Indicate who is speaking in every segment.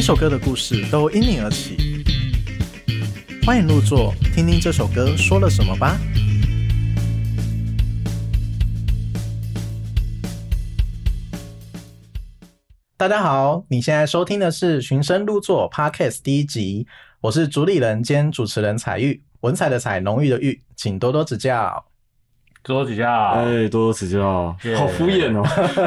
Speaker 1: 首歌的故事都因你而起。欢迎入座，听听这首歌说了什么吧。大家好，你现在收听的是《寻声入座》Podcast 第一集，我是主理人兼主持人彩玉，文采的采，浓郁的郁，请多多指教。
Speaker 2: 多几下，
Speaker 3: 啊
Speaker 4: 哎，多多指教，
Speaker 2: Yeah
Speaker 4: 好敷衍哦，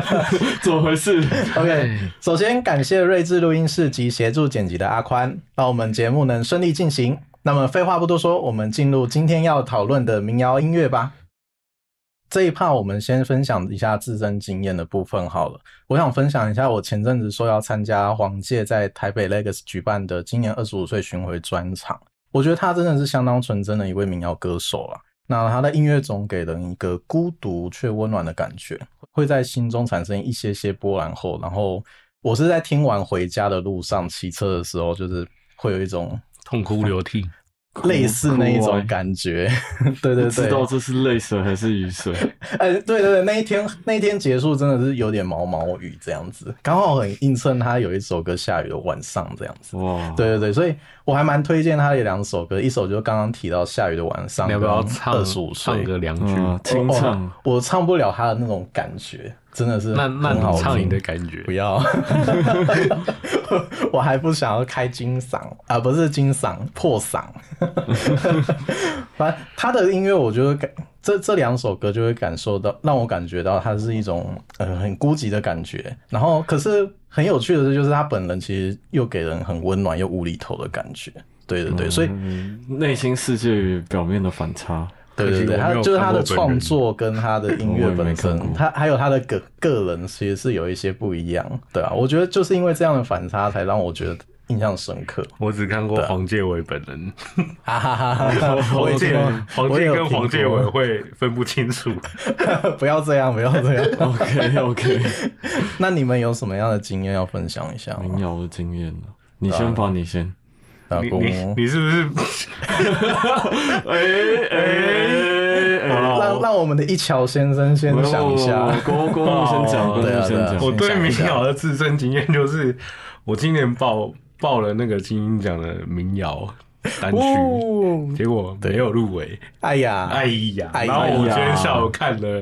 Speaker 4: 怎么回事？
Speaker 1: OK，首先感谢睿智录音室及协助剪辑的阿宽，让我们节目能顺利进行。那么废话不多说，我们进入今天要讨论的民谣音乐吧。这一趴我们先分享一下自身经验的部分好了。我想分享一下我前阵子说要参加黄玠在台北 Legacy 举办的今年二十五岁巡回专场，我觉得他真的是相当纯真的一位民谣歌手啦。那他的音乐总给人一个孤独却温暖的感觉，会在心中产生一些些波澜后，然后我是在听完回家的路上骑车的时候，就是会有一种
Speaker 3: 痛哭哦流涕。
Speaker 1: 类似那一
Speaker 4: 哭
Speaker 1: 种
Speaker 4: 欸
Speaker 1: 感觉， 对对
Speaker 4: 不知道
Speaker 1: 对，
Speaker 4: 这是泪水还是雨水？
Speaker 1: 哎，对对对，那一天那一天结束真的是有点毛毛雨这样子，刚好很映衬他有一首歌《下雨的晚上》这样子。
Speaker 4: 哇，
Speaker 1: 对对对，所以我还蛮推荐他的两首歌，一首就是刚刚提到《下雨的晚上
Speaker 3: 你》，要不要
Speaker 1: 呃二
Speaker 3: 唱
Speaker 1: 十五岁
Speaker 3: 唱个两句？
Speaker 4: 嗯，清唱
Speaker 1: 哦，我唱不了他的那种感觉，真的是
Speaker 3: 那那
Speaker 1: 很好
Speaker 3: 你
Speaker 1: 听
Speaker 3: 唱你的感觉
Speaker 1: 不，要， 我还不想要开金嗓啊，不是金嗓，破嗓。 反正他的音乐，我觉得感这这两首歌就会感受到，让我感觉到他是一种呃很孤寂的感觉。然后，可是很有趣的是，就是他本人其实又给人很温暖又无厘头的感觉。对对对，所以
Speaker 4: 嗯内心世界与表面的 反差，
Speaker 1: 对对对，
Speaker 3: 可惜我
Speaker 1: 他
Speaker 3: 没有
Speaker 1: 就是
Speaker 3: 看
Speaker 1: 他
Speaker 3: 过
Speaker 1: 的
Speaker 3: 本
Speaker 1: 创
Speaker 3: 人
Speaker 1: 作跟他的音乐
Speaker 4: 我也没
Speaker 1: 本
Speaker 4: 看
Speaker 1: 身，
Speaker 4: 过
Speaker 1: 他还有他的个个人其实是有一些不一样，对啊，我觉得就是因为这样的反差，才让我觉得印象深刻，
Speaker 3: 我只看过黄介伟本人，
Speaker 1: 哈哈哈哈！
Speaker 3: 黄
Speaker 1: 啊 我
Speaker 3: 介
Speaker 1: 也
Speaker 3: 黄
Speaker 1: 我也
Speaker 3: 介
Speaker 1: 有
Speaker 3: 跟
Speaker 1: 听
Speaker 3: 黄介伟
Speaker 1: 过
Speaker 3: 会分不清楚。
Speaker 1: 不要这样，不要这样。
Speaker 4: OK OK，
Speaker 1: 那你们有什么样的经验要分享一下
Speaker 4: 民
Speaker 1: 吗？
Speaker 4: 谣的经验呢？你先吧，你先。
Speaker 1: 老
Speaker 3: 你
Speaker 1: 公，哦
Speaker 3: 你你是不是？
Speaker 4: 哎哎
Speaker 1: 让让我们的一桥先生先想一下。
Speaker 4: 郭郭牧先讲，郭牧
Speaker 1: 对啊
Speaker 4: 先
Speaker 1: 对啊
Speaker 4: 讲
Speaker 1: 先
Speaker 3: 我，对
Speaker 1: 想一
Speaker 3: 民
Speaker 1: 下
Speaker 3: 谣的自身经验就是，我今年报报了那个金鹰奖的民谣单曲，
Speaker 1: 哦，
Speaker 3: 结果没有入围。
Speaker 1: 哎呀，
Speaker 3: 哎呀！
Speaker 1: 哎呀
Speaker 3: 然后我今天下午看了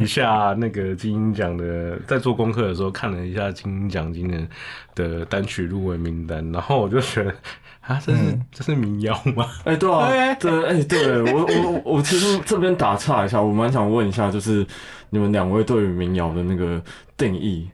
Speaker 3: 一下那个金鹰奖的，在做功课的时候看了一下金鹰奖今年的单曲入围名单，然后我就觉得啊，这是、
Speaker 1: 嗯
Speaker 3: 这是民谣吗？
Speaker 4: 哎，对啊，对，哎，对我我我其实这边打岔一下，我蛮想问一下，就是你们两位对于民谣的那个定义，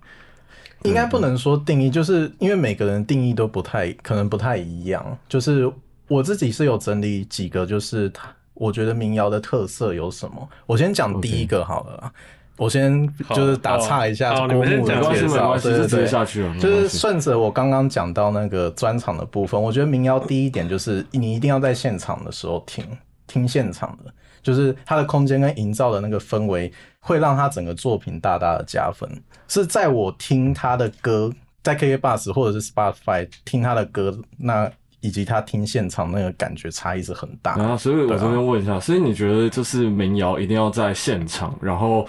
Speaker 1: 应该不能说定义，就是因为每个人定义都不太可能不太一样。就是我自己是有整理几个，就是它我觉得民谣的特色有什么。我先讲第一个好了啦我先就是打岔一下
Speaker 3: 好好
Speaker 1: 郭
Speaker 3: 你
Speaker 1: 牧
Speaker 3: 们先
Speaker 1: 的
Speaker 4: 没
Speaker 3: 讲
Speaker 4: 关系
Speaker 1: 介
Speaker 4: 没
Speaker 1: 绍，
Speaker 4: 关系，
Speaker 1: 对
Speaker 4: 就
Speaker 1: 对
Speaker 4: 直接
Speaker 1: 对，
Speaker 4: 下去了，没
Speaker 1: 就是
Speaker 4: 关系
Speaker 1: 顺着我刚刚讲到那个专场的部分，我觉得民谣第一点就是你一定要在现场的时候听，听现场的，就是它的空间跟营造的那个氛围，会让它整个作品大大的加分。是在我听他的歌，在 KK Bus 或者是 Spotify 听他的歌，那以及他听现场那个感觉差异是很大的。
Speaker 4: 然后，所以我
Speaker 1: 啊
Speaker 4: 这边问一下，所以你觉得就是民谣一定要在现场，然后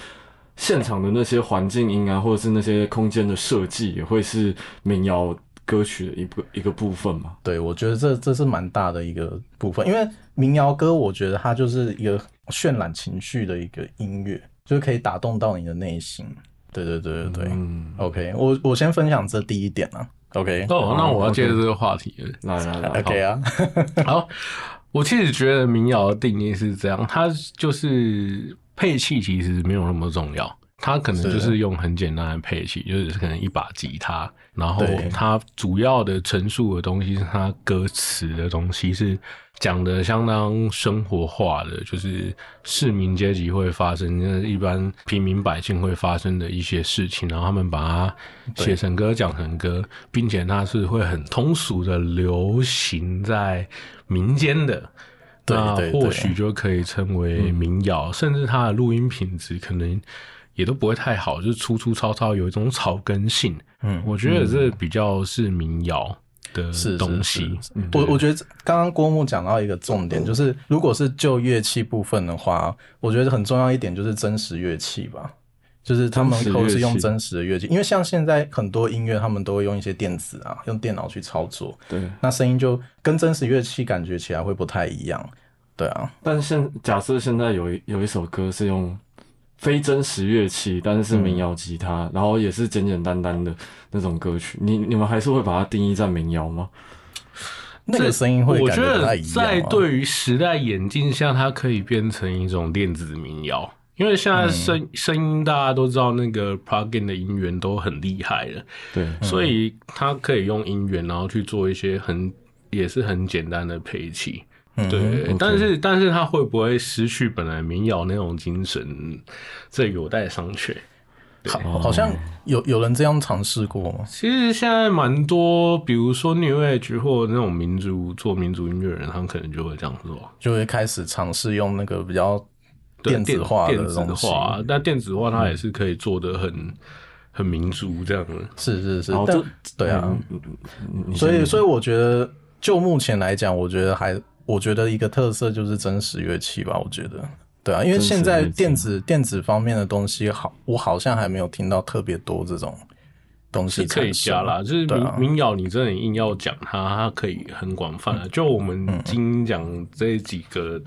Speaker 4: 现场的那些环境音啊，或者是那些空间的设计，也会是民谣歌曲的一部一个部分嘛？
Speaker 1: 对，我觉得这这是蛮大的一个部分，因为民谣歌，我觉得它就是一个渲染情绪的一个音乐，就是可以打动到你的内心。对对对对对、
Speaker 4: 嗯，
Speaker 1: o k 我我先分享这第一点啊，OK，OK、
Speaker 3: 哦，那我要接着这个话题了。
Speaker 4: 来来来，
Speaker 1: 啊，
Speaker 3: 好，我其实觉得民谣的定义是这样，它就是配器其实没有那么重要，它可能就是是用很简单的配器，就是可能一把吉他，然后
Speaker 1: 对
Speaker 3: 它主要的陈述的东西是它歌词的东西是讲的相当生活化的，就是市民阶级会发生，就是一般平民百姓会发生的一些事情，然后他们把它写成歌、讲成歌，并且它是会很通俗的流行在民间的。
Speaker 1: 对
Speaker 3: 那
Speaker 1: 对
Speaker 3: 或
Speaker 1: 对
Speaker 3: 许就可以称为民谣，甚至它的录音品质可能也都不会太好，就是粗粗糙糙，有一种草根性。
Speaker 1: 嗯，
Speaker 3: 我觉得这比较是民谣的
Speaker 1: 是
Speaker 3: 东
Speaker 1: 是
Speaker 3: 西。
Speaker 1: 是
Speaker 4: 嗯
Speaker 1: 我我觉得刚刚郭牧讲到一个重点，就是如果是就乐器部分的话，我觉得很重要一点就是真实乐器吧。就是他们
Speaker 4: 真实
Speaker 1: 都是
Speaker 4: 乐
Speaker 1: 用
Speaker 4: 器
Speaker 1: 真实的乐器，因为像现在很多音乐他们都会用一些电子啊，用电脑去操作，
Speaker 4: 对。
Speaker 1: 那声音就跟真实乐器感觉起来会不太一样。对啊，
Speaker 4: 但现假设现在有一有一首歌是用非真实乐器，但是是
Speaker 1: 嗯
Speaker 4: 民谣吉他，然后也是简简单单的那种歌曲，你你们还是会把它定义在民谣吗？
Speaker 1: 那个声音会
Speaker 3: 我
Speaker 1: 感
Speaker 3: 觉
Speaker 1: 不太
Speaker 3: 得
Speaker 1: 一样、啊。
Speaker 3: 在对于时代演进下，它可以变成一种电子民谣。因为
Speaker 1: 嗯
Speaker 3: 现在声、声音大家都知道，那个 plugin 的音源都很厉害了，
Speaker 4: 对，
Speaker 1: 嗯
Speaker 3: 所以它可以用音源，然后去做一些很也是很简单的配器。
Speaker 1: 嗯
Speaker 3: 对，
Speaker 4: OK
Speaker 3: 但是但是它会不会失去本来民谣那种精神，这有待商榷。
Speaker 1: 好，好像有有人这样尝试过吗？
Speaker 3: 其实现在蛮多，比如说 New Age 或那种民族做民族音乐人，他们可能就会这样做。
Speaker 1: 就会开始尝试用那个比较
Speaker 3: 对
Speaker 1: 电子化
Speaker 3: 电
Speaker 1: 的
Speaker 3: 子
Speaker 1: 东西。嗯
Speaker 3: 化，但电子化它也是可以做的很、很民族这样的。
Speaker 1: 是是是
Speaker 4: 然后，
Speaker 1: 但
Speaker 4: 这
Speaker 1: 对
Speaker 3: 嗯
Speaker 1: 啊，
Speaker 4: 嗯你你
Speaker 1: 所以
Speaker 4: 先
Speaker 1: 所以我觉得，就目前来讲，我觉得还我觉得一个特色就是真实乐器吧，我觉得。对啊，因为
Speaker 4: 真实
Speaker 1: 现在
Speaker 4: 乐器
Speaker 1: 电子电子方面的东西好，我好像还没有听到特别多这种东
Speaker 3: 是
Speaker 1: 西
Speaker 3: 可以
Speaker 1: 产生
Speaker 3: 加啦，就是
Speaker 1: 对
Speaker 3: 民、
Speaker 1: 啊
Speaker 3: 民谣，你真的硬要讲它，它可以很广泛
Speaker 1: 嗯
Speaker 3: 啊。就我们今天讲这几个，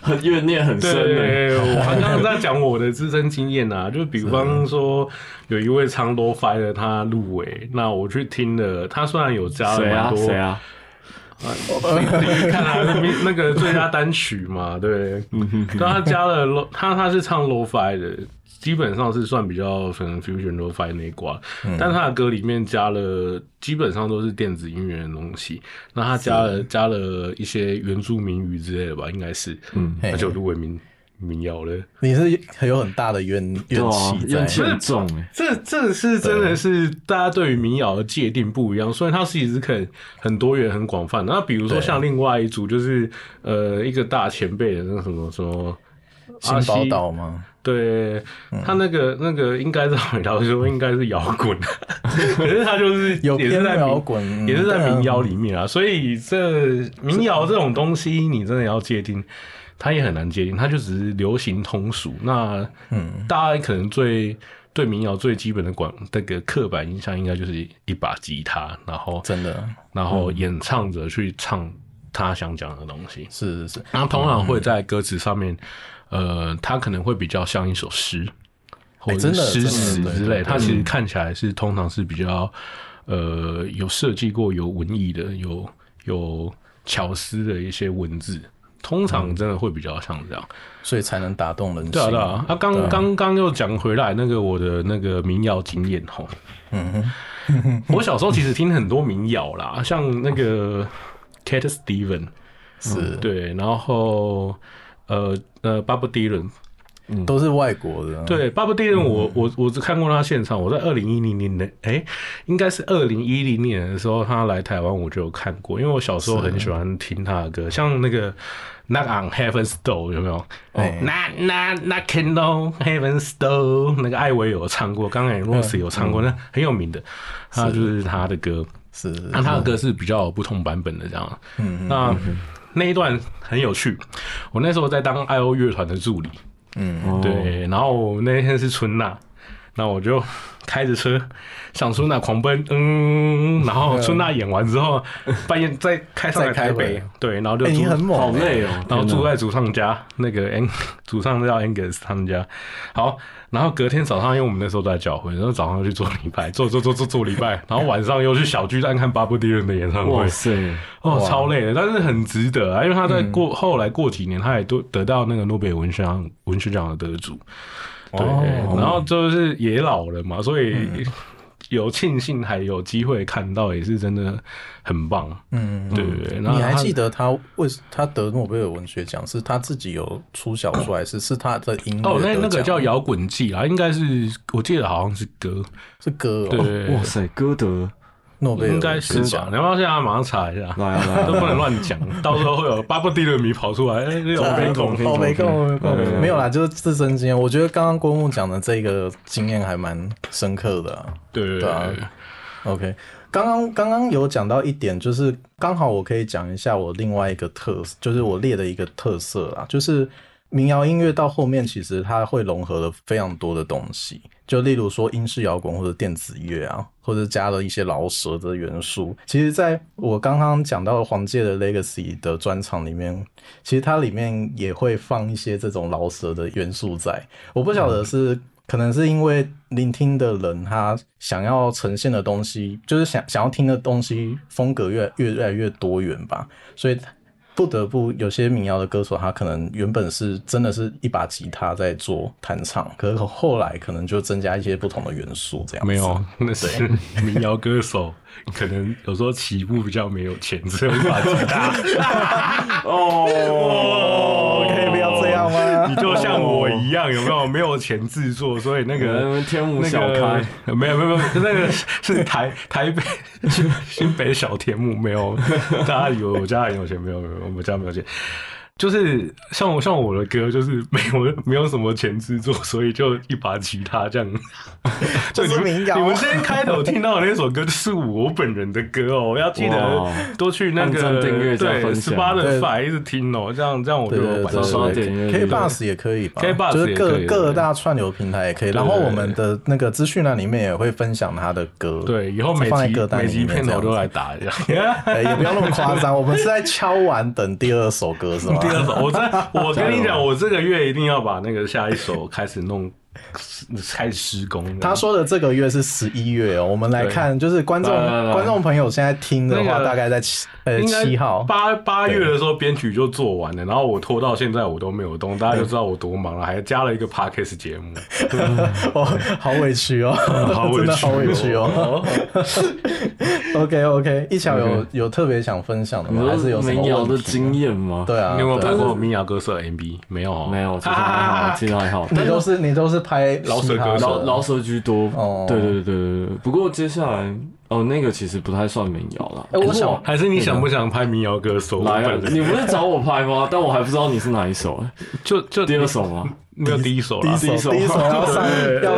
Speaker 4: 很 怨念很深的，
Speaker 3: 对，我刚刚在讲我的自身经验啊，就比方说有一位唱 low fi 的他入围，那我去听了，他虽然有加了
Speaker 4: 谁
Speaker 3: 蛮
Speaker 4: 啊
Speaker 3: 多，
Speaker 4: 谁啊？
Speaker 3: 看他那个最佳单曲嘛，对，
Speaker 4: 嗯
Speaker 3: 但他加了 lo，他他是唱 lo-fi 的，基本上是算比较可能 fusion lo-fi 那一挂，但他的歌里面加了基本上都是电子音乐的东西，那他加了加了一些原住民语之类的吧，应该是，嗯，
Speaker 1: 嘿
Speaker 3: 那就入围民民谣了。
Speaker 1: 你是很有很大的怨
Speaker 4: 对
Speaker 1: 怨
Speaker 4: 啊
Speaker 1: 气，在
Speaker 4: 怨。气很重哎、
Speaker 3: 这这是真的是大家对于民谣的界定不一样，所以它其实很很多元、很广泛的。那比如说像另外一组，就是呃一个大前辈的那什么什么
Speaker 1: 新宝，
Speaker 3: 阿西
Speaker 1: 岛嗯吗？
Speaker 3: 对他那个那个应该在美疗说应该是摇滚， 可是他就是
Speaker 1: 有
Speaker 3: 也是在
Speaker 1: 偏
Speaker 3: 民
Speaker 1: 摇滚
Speaker 3: 也是在民谣
Speaker 1: 嗯
Speaker 3: 里面啊。所以这民谣这种东西，你真的要界定，它也很难界定，它就只是流行通俗。那嗯，大家可能最对民谣最基本的管那个刻板印象，应该就是一把吉他，然后
Speaker 1: 真的
Speaker 3: 然后演唱者去唱他想讲的东西。
Speaker 1: 是是是，
Speaker 3: 那通常会在歌词上面，呃，它可能会比较像一首诗，或
Speaker 1: 哎真
Speaker 3: 者
Speaker 1: 的
Speaker 3: 诗词
Speaker 1: 真的
Speaker 3: 之
Speaker 1: 对嗯
Speaker 3: 类。它其实看起来是通常是比较，呃，有设计过、有文艺的、有有巧思的一些文字。通常真的会比较像这样，
Speaker 1: 所以才能打动人心。
Speaker 3: 对啊对啊。啊，刚刚刚又讲回来那个我的那个民谣经验吼，嗯， 我小时候其实听很多民谣啦，像那个 Cat Steven，嗯
Speaker 1: 是
Speaker 3: 对，然后呃呃巴布迪伦，
Speaker 1: 都是外国的。
Speaker 3: 对巴布迪
Speaker 1: 嗯
Speaker 3: 伦，我我我只看过他现场，我在二零一零年的，哎，应该是二零一零年的时候，他来台湾我就有看过，因为我小时候很喜欢听他的歌，像那个。那 on Heaven's Door 有没哦有？
Speaker 1: 哎
Speaker 3: 那那那 Can No Heaven's Door 那个艾薇有唱过，刚才
Speaker 1: 嗯
Speaker 3: Rose 有唱过，那很有名的，他就是他的歌。
Speaker 1: 是，是
Speaker 3: 那他的歌是比较有不同版本的这样。嗯，那那一段很有趣。我那时候在当 I O 乐团的助理，
Speaker 4: 哦，
Speaker 3: 对，然后我那天是春娜，那我就开着车向春娜狂奔，嗯，然后春娜演完之后，半夜再开上来
Speaker 1: 再开
Speaker 3: 台
Speaker 1: 回
Speaker 3: 北
Speaker 1: 来，
Speaker 3: 对，然后就
Speaker 1: 哎，
Speaker 3: 租
Speaker 1: 你很猛，
Speaker 4: 好累哦，
Speaker 3: 然后
Speaker 4: 天
Speaker 3: 住
Speaker 4: 哪
Speaker 3: 在祖上家，那个 Ang 祖上叫 Angus 他们家。好，然后隔天早上，因为我们那时候都在教会，然后早上去做礼拜，做做做做做礼拜，然后晚上又去小巨蛋看巴布迪伦的演唱会
Speaker 4: 哇，塞，
Speaker 3: 哦，超累的，但是很值得啊，因为他在过、
Speaker 1: 嗯
Speaker 3: 后来过几年，他也都得到那个诺贝尔文学奖文学奖的得主，对，
Speaker 1: 哦嗯
Speaker 3: 然后就是也老了嘛，所以。有庆幸还有机会看到，也是真的很棒，
Speaker 1: 嗯，
Speaker 3: 对对对。然后
Speaker 1: 你还
Speaker 3: 他
Speaker 1: 记得他为他得诺贝尔文学奖是他自己有出小说，还是是他的音乐
Speaker 3: 哦，
Speaker 1: 得
Speaker 3: 那那个
Speaker 1: 奖
Speaker 3: 叫摇滚季啦，应该是我记得好像是歌，
Speaker 1: 是歌哦，
Speaker 3: 对，
Speaker 4: 哇塞，歌德
Speaker 1: 诺贝尔
Speaker 3: 应该
Speaker 1: 文学
Speaker 3: 是吧？
Speaker 1: 奖
Speaker 3: 你。要不要现在马上查一下？
Speaker 4: 来啊来啊
Speaker 3: 都不能乱讲，到时候会有巴布迪的迷跑出来，哎，那
Speaker 1: 啊
Speaker 3: 种被拱。
Speaker 1: 好哦没空，
Speaker 4: 对对对
Speaker 1: 没有啦，就是自身经验。我觉得刚刚郭牧讲的这个经验还蛮深刻的、啊。
Speaker 3: 对对
Speaker 1: 对啊
Speaker 3: 对，
Speaker 1: OK，刚刚刚刚有讲到一点，就是刚好我可以讲一下我另外一个特，就是我列的一个特色啦，就是民谣音乐到后面其实它会融合了非常多的东西，就例如说英式摇滚或者电子乐啊，或者加了一些饶舌的元素。其实，在我刚刚讲到黄玠的 Legacy 的专场里面，其实它里面也会放一些这种饶舌的元素在。我不晓得
Speaker 3: 嗯
Speaker 1: 是。可能是因为聆听的人他想要呈现的东西，就是想想要听的东西风格越越来越多元吧，所以不得不有些民谣的歌手，他可能原本是真的是一把吉他在做弹唱，可是后来可能就增加一些不同的元素，这样子
Speaker 3: 没有， 那是哦民谣歌手，可能有时候起步比较没有钱，所以把吉 他。
Speaker 4: 哦
Speaker 1: 哦， 可以不要这样
Speaker 3: 你
Speaker 1: 吗？
Speaker 3: 就像我一样，有没有没有钱制作，所以那个
Speaker 4: 嗯天母
Speaker 3: 那个
Speaker 4: 小开
Speaker 3: 没有没有没有，那个是台台北新新北小天幕没有，大家以为我家很有钱，没有没有，我们家没有钱。就是像我像我的歌，就是没有没有什么钱制作，所以就一把吉他这样。
Speaker 1: 就是
Speaker 3: 你们
Speaker 1: 民谣
Speaker 3: 你们今天开头听到的那首歌，就是我本人的歌哦，要记
Speaker 4: 哇
Speaker 3: 得多去那
Speaker 4: 按赞
Speaker 3: 个
Speaker 4: 订阅加
Speaker 3: 对
Speaker 4: 分
Speaker 3: 十
Speaker 4: 享
Speaker 3: 八
Speaker 1: 对
Speaker 3: 的反一直听哦，这样这样我就
Speaker 1: 对
Speaker 3: 有
Speaker 1: 对
Speaker 3: 版
Speaker 1: 对
Speaker 3: 权
Speaker 4: 刷
Speaker 1: 对
Speaker 4: 点阅率
Speaker 1: ，K
Speaker 4: 对
Speaker 1: Bus 也可以吧
Speaker 3: K-Bus
Speaker 1: 就是
Speaker 3: 也
Speaker 1: 各
Speaker 3: 可以
Speaker 1: 各大串流平台也可以。然后
Speaker 3: 对对
Speaker 1: 我们的那个资讯栏里面也会分享他的歌，
Speaker 3: 对，以后每
Speaker 1: 放在
Speaker 3: 集
Speaker 1: 歌单
Speaker 3: 每
Speaker 1: 里
Speaker 3: 集
Speaker 1: 面
Speaker 3: 片
Speaker 1: 这样
Speaker 3: 头
Speaker 1: 子
Speaker 3: 都来打一下。
Speaker 1: 哎也不要那么夸张，我们是在敲完等第二首歌是吗？
Speaker 3: 第 二首，我在我跟你讲，我这个月一定要把那个下一首开始弄，开始施工的。
Speaker 1: 他说的这个月是十一月哦，我们来看，就是观众
Speaker 4: 来来来
Speaker 1: 观众朋友现在听的
Speaker 3: 那
Speaker 1: 话，
Speaker 3: 个
Speaker 1: 大概在七呃
Speaker 3: 应该
Speaker 1: 七号，
Speaker 3: 八八月的时候编曲就做完了，然后我拖到现在我都没有动，大家就知道我多忙了，还加了一个 podcast 节目。
Speaker 1: 哦，好委屈哦，
Speaker 3: 好 委屈哦
Speaker 1: 真的好委屈哦。OK OK，一巧有
Speaker 4: OK
Speaker 1: 有特别想分享的
Speaker 4: 你
Speaker 1: 吗？还是有
Speaker 4: 说
Speaker 1: 什么
Speaker 4: 民谣的
Speaker 1: 问题？
Speaker 4: 经验吗？
Speaker 1: 对啊，
Speaker 3: 你有没有
Speaker 1: 对
Speaker 3: 拍
Speaker 1: 啊
Speaker 3: 过民谣歌手的 MV？没有哦，
Speaker 4: 没有，其实还好，其实还好。
Speaker 1: 你都是你都是拍
Speaker 3: 饶舌
Speaker 1: 嘻哈
Speaker 3: 歌手
Speaker 4: 老老舌居多
Speaker 1: 哦，
Speaker 4: 对对对对对对。不过接下来哦，那个其实不太算民谣啦。
Speaker 1: 哎，我想
Speaker 3: 还是你想不想拍民谣歌手？
Speaker 4: 来啊
Speaker 3: 我，本人
Speaker 4: 你不是找我拍吗？但我还不知道你是哪一首，哎
Speaker 3: 就就
Speaker 4: 第二首吗？
Speaker 3: 没有第一首
Speaker 1: 第
Speaker 3: 啦
Speaker 1: 一，
Speaker 4: 第一
Speaker 1: 首
Speaker 4: 首
Speaker 1: 第一 首要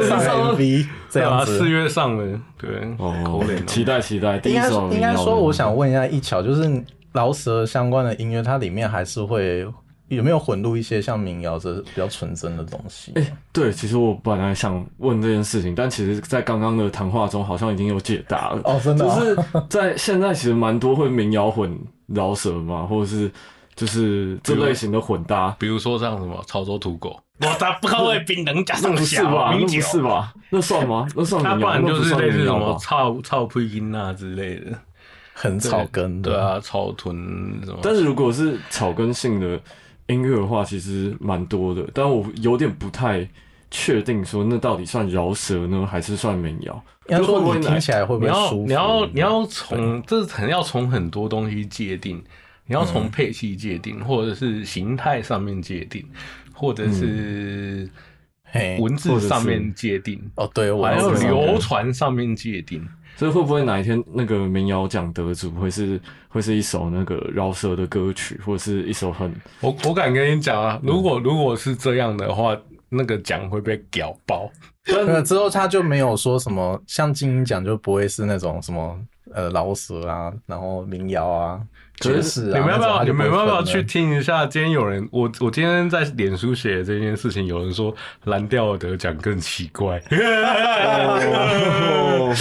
Speaker 1: 上要上 MV 这样
Speaker 3: 啊
Speaker 1: 子，
Speaker 3: 四月上的，对，
Speaker 4: 哦
Speaker 3: 口啊脸，
Speaker 4: 期待期待。第
Speaker 1: 应
Speaker 4: 一
Speaker 1: 该
Speaker 4: 首
Speaker 1: 应该
Speaker 4: 民谣
Speaker 1: 说，
Speaker 4: 的
Speaker 1: 我想问一下一巧，就是饶舌相关的音乐，它里面还是会有没有混入一些像民谣这比较纯真的东西？
Speaker 4: 对，其实我本来想问这件事情，但其实，在刚刚的谈话中，好像已经有解答了。
Speaker 1: 哦，真的、哦，
Speaker 4: 就是在现在，其实蛮多会民谣混饶舌嘛，或者是就是这类型的混搭，
Speaker 3: 比如说像什么潮州土狗，我咋不靠味槟榔加
Speaker 4: 那
Speaker 3: 上
Speaker 4: 不是吧？那不是吧？那算吗？那算
Speaker 3: 他
Speaker 4: 民
Speaker 3: 不
Speaker 4: 谣？
Speaker 3: 然
Speaker 4: 那
Speaker 3: 就
Speaker 4: 不
Speaker 3: 是
Speaker 4: 算
Speaker 3: 类似
Speaker 4: 民
Speaker 3: 什
Speaker 4: 谣
Speaker 3: 么
Speaker 4: 吧？
Speaker 3: 操操配音啊之类的，
Speaker 1: 很草根的，
Speaker 3: 对，啊，草屯什么，
Speaker 4: 但是如果是草根性的音乐的话，其实蛮多的，但我有点不太确定，说那到底算饶舌呢，还是算民谣？
Speaker 1: 应该
Speaker 4: 就会不
Speaker 1: 说
Speaker 4: 会
Speaker 1: 你
Speaker 4: 来
Speaker 1: 听起来会不
Speaker 3: 你
Speaker 1: 会
Speaker 3: 要
Speaker 1: 舒服？
Speaker 3: 你要你要从这很要从很多东西界定，你要
Speaker 4: 嗯
Speaker 3: 从配器界定，或者是形态上面界定，或者是
Speaker 4: 嗯
Speaker 1: 嘿，
Speaker 3: 文字上面界定，
Speaker 1: 哦，对，我
Speaker 3: 还有
Speaker 1: 知道
Speaker 3: 流传上面界定。
Speaker 4: 所以会不会哪一天那个民谣奖得主会是会是一首那个饶舌的歌曲，或者是一首很
Speaker 3: 我我敢跟你讲啊，如果如果是这样的话，那个奖会被屌爆。
Speaker 1: 那之后他就没有说什么，像金鹰奖就不会是那种什么呃饶舌啊，然后民谣啊、爵士啊，
Speaker 3: 你们要不要？
Speaker 1: 那
Speaker 3: 你
Speaker 1: 种他就
Speaker 3: 们
Speaker 1: 不会
Speaker 3: 要不
Speaker 1: 分
Speaker 3: 要
Speaker 1: 了
Speaker 3: 去？听一下？今天有人，我我今天在脸书写的这件事情，有人说蓝调得奖更奇 怪。
Speaker 4: 哦，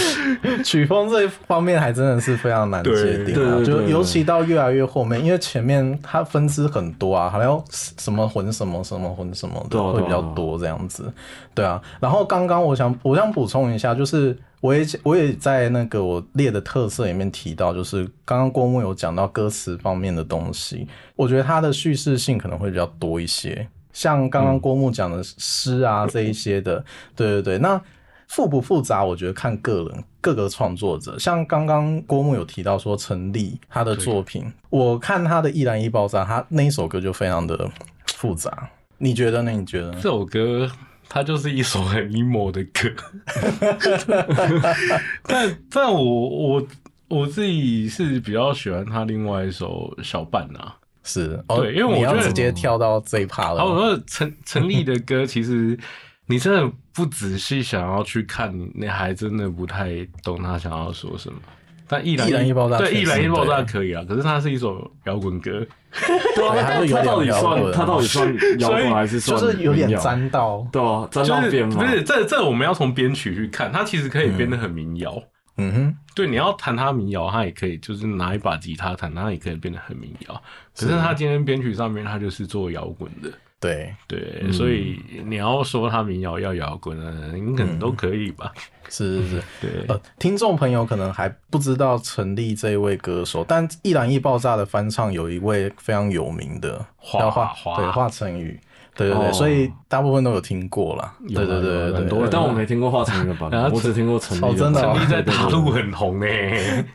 Speaker 1: 曲风这一方面还真的是非常难界定啊，
Speaker 4: 对对对
Speaker 1: 就
Speaker 4: 对
Speaker 1: 尤其到越来越后面，因为前面它分支很多啊，还有什么混什么什么混什么
Speaker 4: 对
Speaker 1: 的
Speaker 4: 啊
Speaker 1: 会比较多这样子，对啊。然后刚刚我想我想补充一下，就是我也我也在那个我列的特色里面提到，就是刚刚郭牧有讲到歌词方面的东西，我觉得它的叙事性可能会比较多一些，像刚刚郭牧讲的诗啊、这一些的，对对对，那复不复杂，我觉得看个人各个创作者。像刚刚郭牧有提到说陈立他的作品，我看他的《易燃易爆炸》，他那一首歌就非常的复杂。你觉得呢？你觉得呢
Speaker 3: 这？首歌它就是一首很 emo 的 歌，但但我我我自己是比较喜欢他另外一首小半啊。
Speaker 1: 是哦，
Speaker 3: 对因为我
Speaker 1: 你要
Speaker 3: 觉得哦
Speaker 1: 直接跳到这一趴
Speaker 3: 好，我
Speaker 1: 了。
Speaker 3: 说陈陈立的歌，其实你真的不仔细想要去看，你你还真的不太懂他想要说什么。但一
Speaker 1: 一人一爆炸
Speaker 3: 对
Speaker 1: 确
Speaker 3: 一人一
Speaker 1: 实
Speaker 3: 爆炸
Speaker 1: 对
Speaker 3: 可以啊，可是它是一首摇滚歌，
Speaker 4: 对啊，
Speaker 1: 对还
Speaker 4: 他
Speaker 1: 是有
Speaker 4: 他
Speaker 1: 点
Speaker 4: 到底
Speaker 1: 摇滚
Speaker 4: 算他到底 算摇
Speaker 3: 所以
Speaker 4: 滚还是
Speaker 1: 就
Speaker 4: 算
Speaker 1: 是有点
Speaker 4: 民谣
Speaker 1: 沾到，
Speaker 4: 对啊，沾
Speaker 3: 就
Speaker 4: 到
Speaker 3: 是
Speaker 4: 边嘛
Speaker 3: 不，是这这我们要从编曲去看，它其实可以编得很民谣。
Speaker 1: 嗯哼，
Speaker 3: 对，你要弹它民谣，它也可以，就是拿一把吉他弹，它也可以变得很民谣。可是它今天编曲上面，它就是做摇滚的，
Speaker 1: 对，
Speaker 3: 对，
Speaker 1: 嗯
Speaker 3: 所以你要说它民谣要摇滚啊，你可
Speaker 1: 嗯
Speaker 3: 能都可以吧。
Speaker 1: 是
Speaker 3: 嗯
Speaker 1: 是是。
Speaker 3: 对，
Speaker 1: 呃，听众朋友可能还不知道陈立这一位歌手，但《易燃易爆炸》的翻唱有一位非常有名的
Speaker 3: 华
Speaker 1: 叫华
Speaker 3: 华
Speaker 1: 对华晨宇，对对对，
Speaker 4: 哦
Speaker 1: 所以大部分都有听过啦。
Speaker 3: 有啊
Speaker 1: 对对
Speaker 3: 有啊
Speaker 1: 对对
Speaker 3: 很
Speaker 1: 对
Speaker 3: 多人
Speaker 4: 但我没听过华晨宇的版
Speaker 3: 然后
Speaker 4: 本，我只听过陈
Speaker 1: 哦
Speaker 4: 立
Speaker 1: 真的哦
Speaker 4: 版
Speaker 3: 你
Speaker 4: 本
Speaker 3: 在大陆
Speaker 4: 对对对
Speaker 3: 很红呢、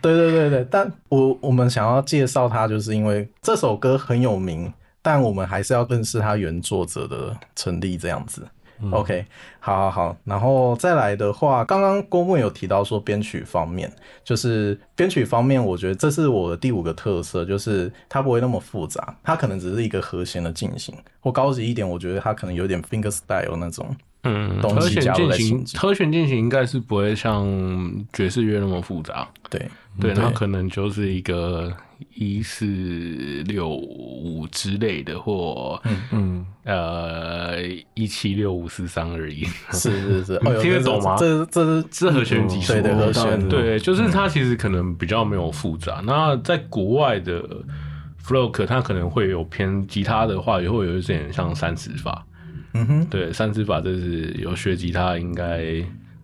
Speaker 1: 对对对对，但我我们想要介绍他，就是因为这首歌很有名，但我们还是要认识他原作者的陈立这样子。OK，好好
Speaker 3: 嗯
Speaker 1: 好，然后再来的话，刚刚郭牧有提到说编曲方面，就是编曲方面，我觉得这是我的第五个特色，就是它不会那么复杂，它可能只是一个和弦的进行，或高级一点，我觉得它可能有点 finger style 那种。
Speaker 3: 嗯，
Speaker 1: 东
Speaker 3: 和
Speaker 1: 西
Speaker 3: 弦
Speaker 1: 加入
Speaker 3: 进
Speaker 1: 在
Speaker 3: 行
Speaker 1: 心，中
Speaker 3: 和弦进行应该是不会像爵士乐那么复杂。
Speaker 1: 对，
Speaker 3: 对，
Speaker 1: 对
Speaker 3: 那可能就是一个一四六五之类的，或、
Speaker 4: 嗯，
Speaker 3: 呃一七六五四三二一，
Speaker 1: 是是是，哦，有
Speaker 3: 听得懂吗
Speaker 1: 这这是
Speaker 3: 是和弦级数。
Speaker 1: 对对和
Speaker 4: 当
Speaker 1: 弦
Speaker 4: 然
Speaker 1: 嗯
Speaker 4: 是
Speaker 3: 对，就是它其实可能比较没有复杂。那在国外的 f l o k 它可能会有偏吉他的话，也会有一点像三指法。
Speaker 1: 嗯哼，
Speaker 3: 对，三指法就是有学吉他应该。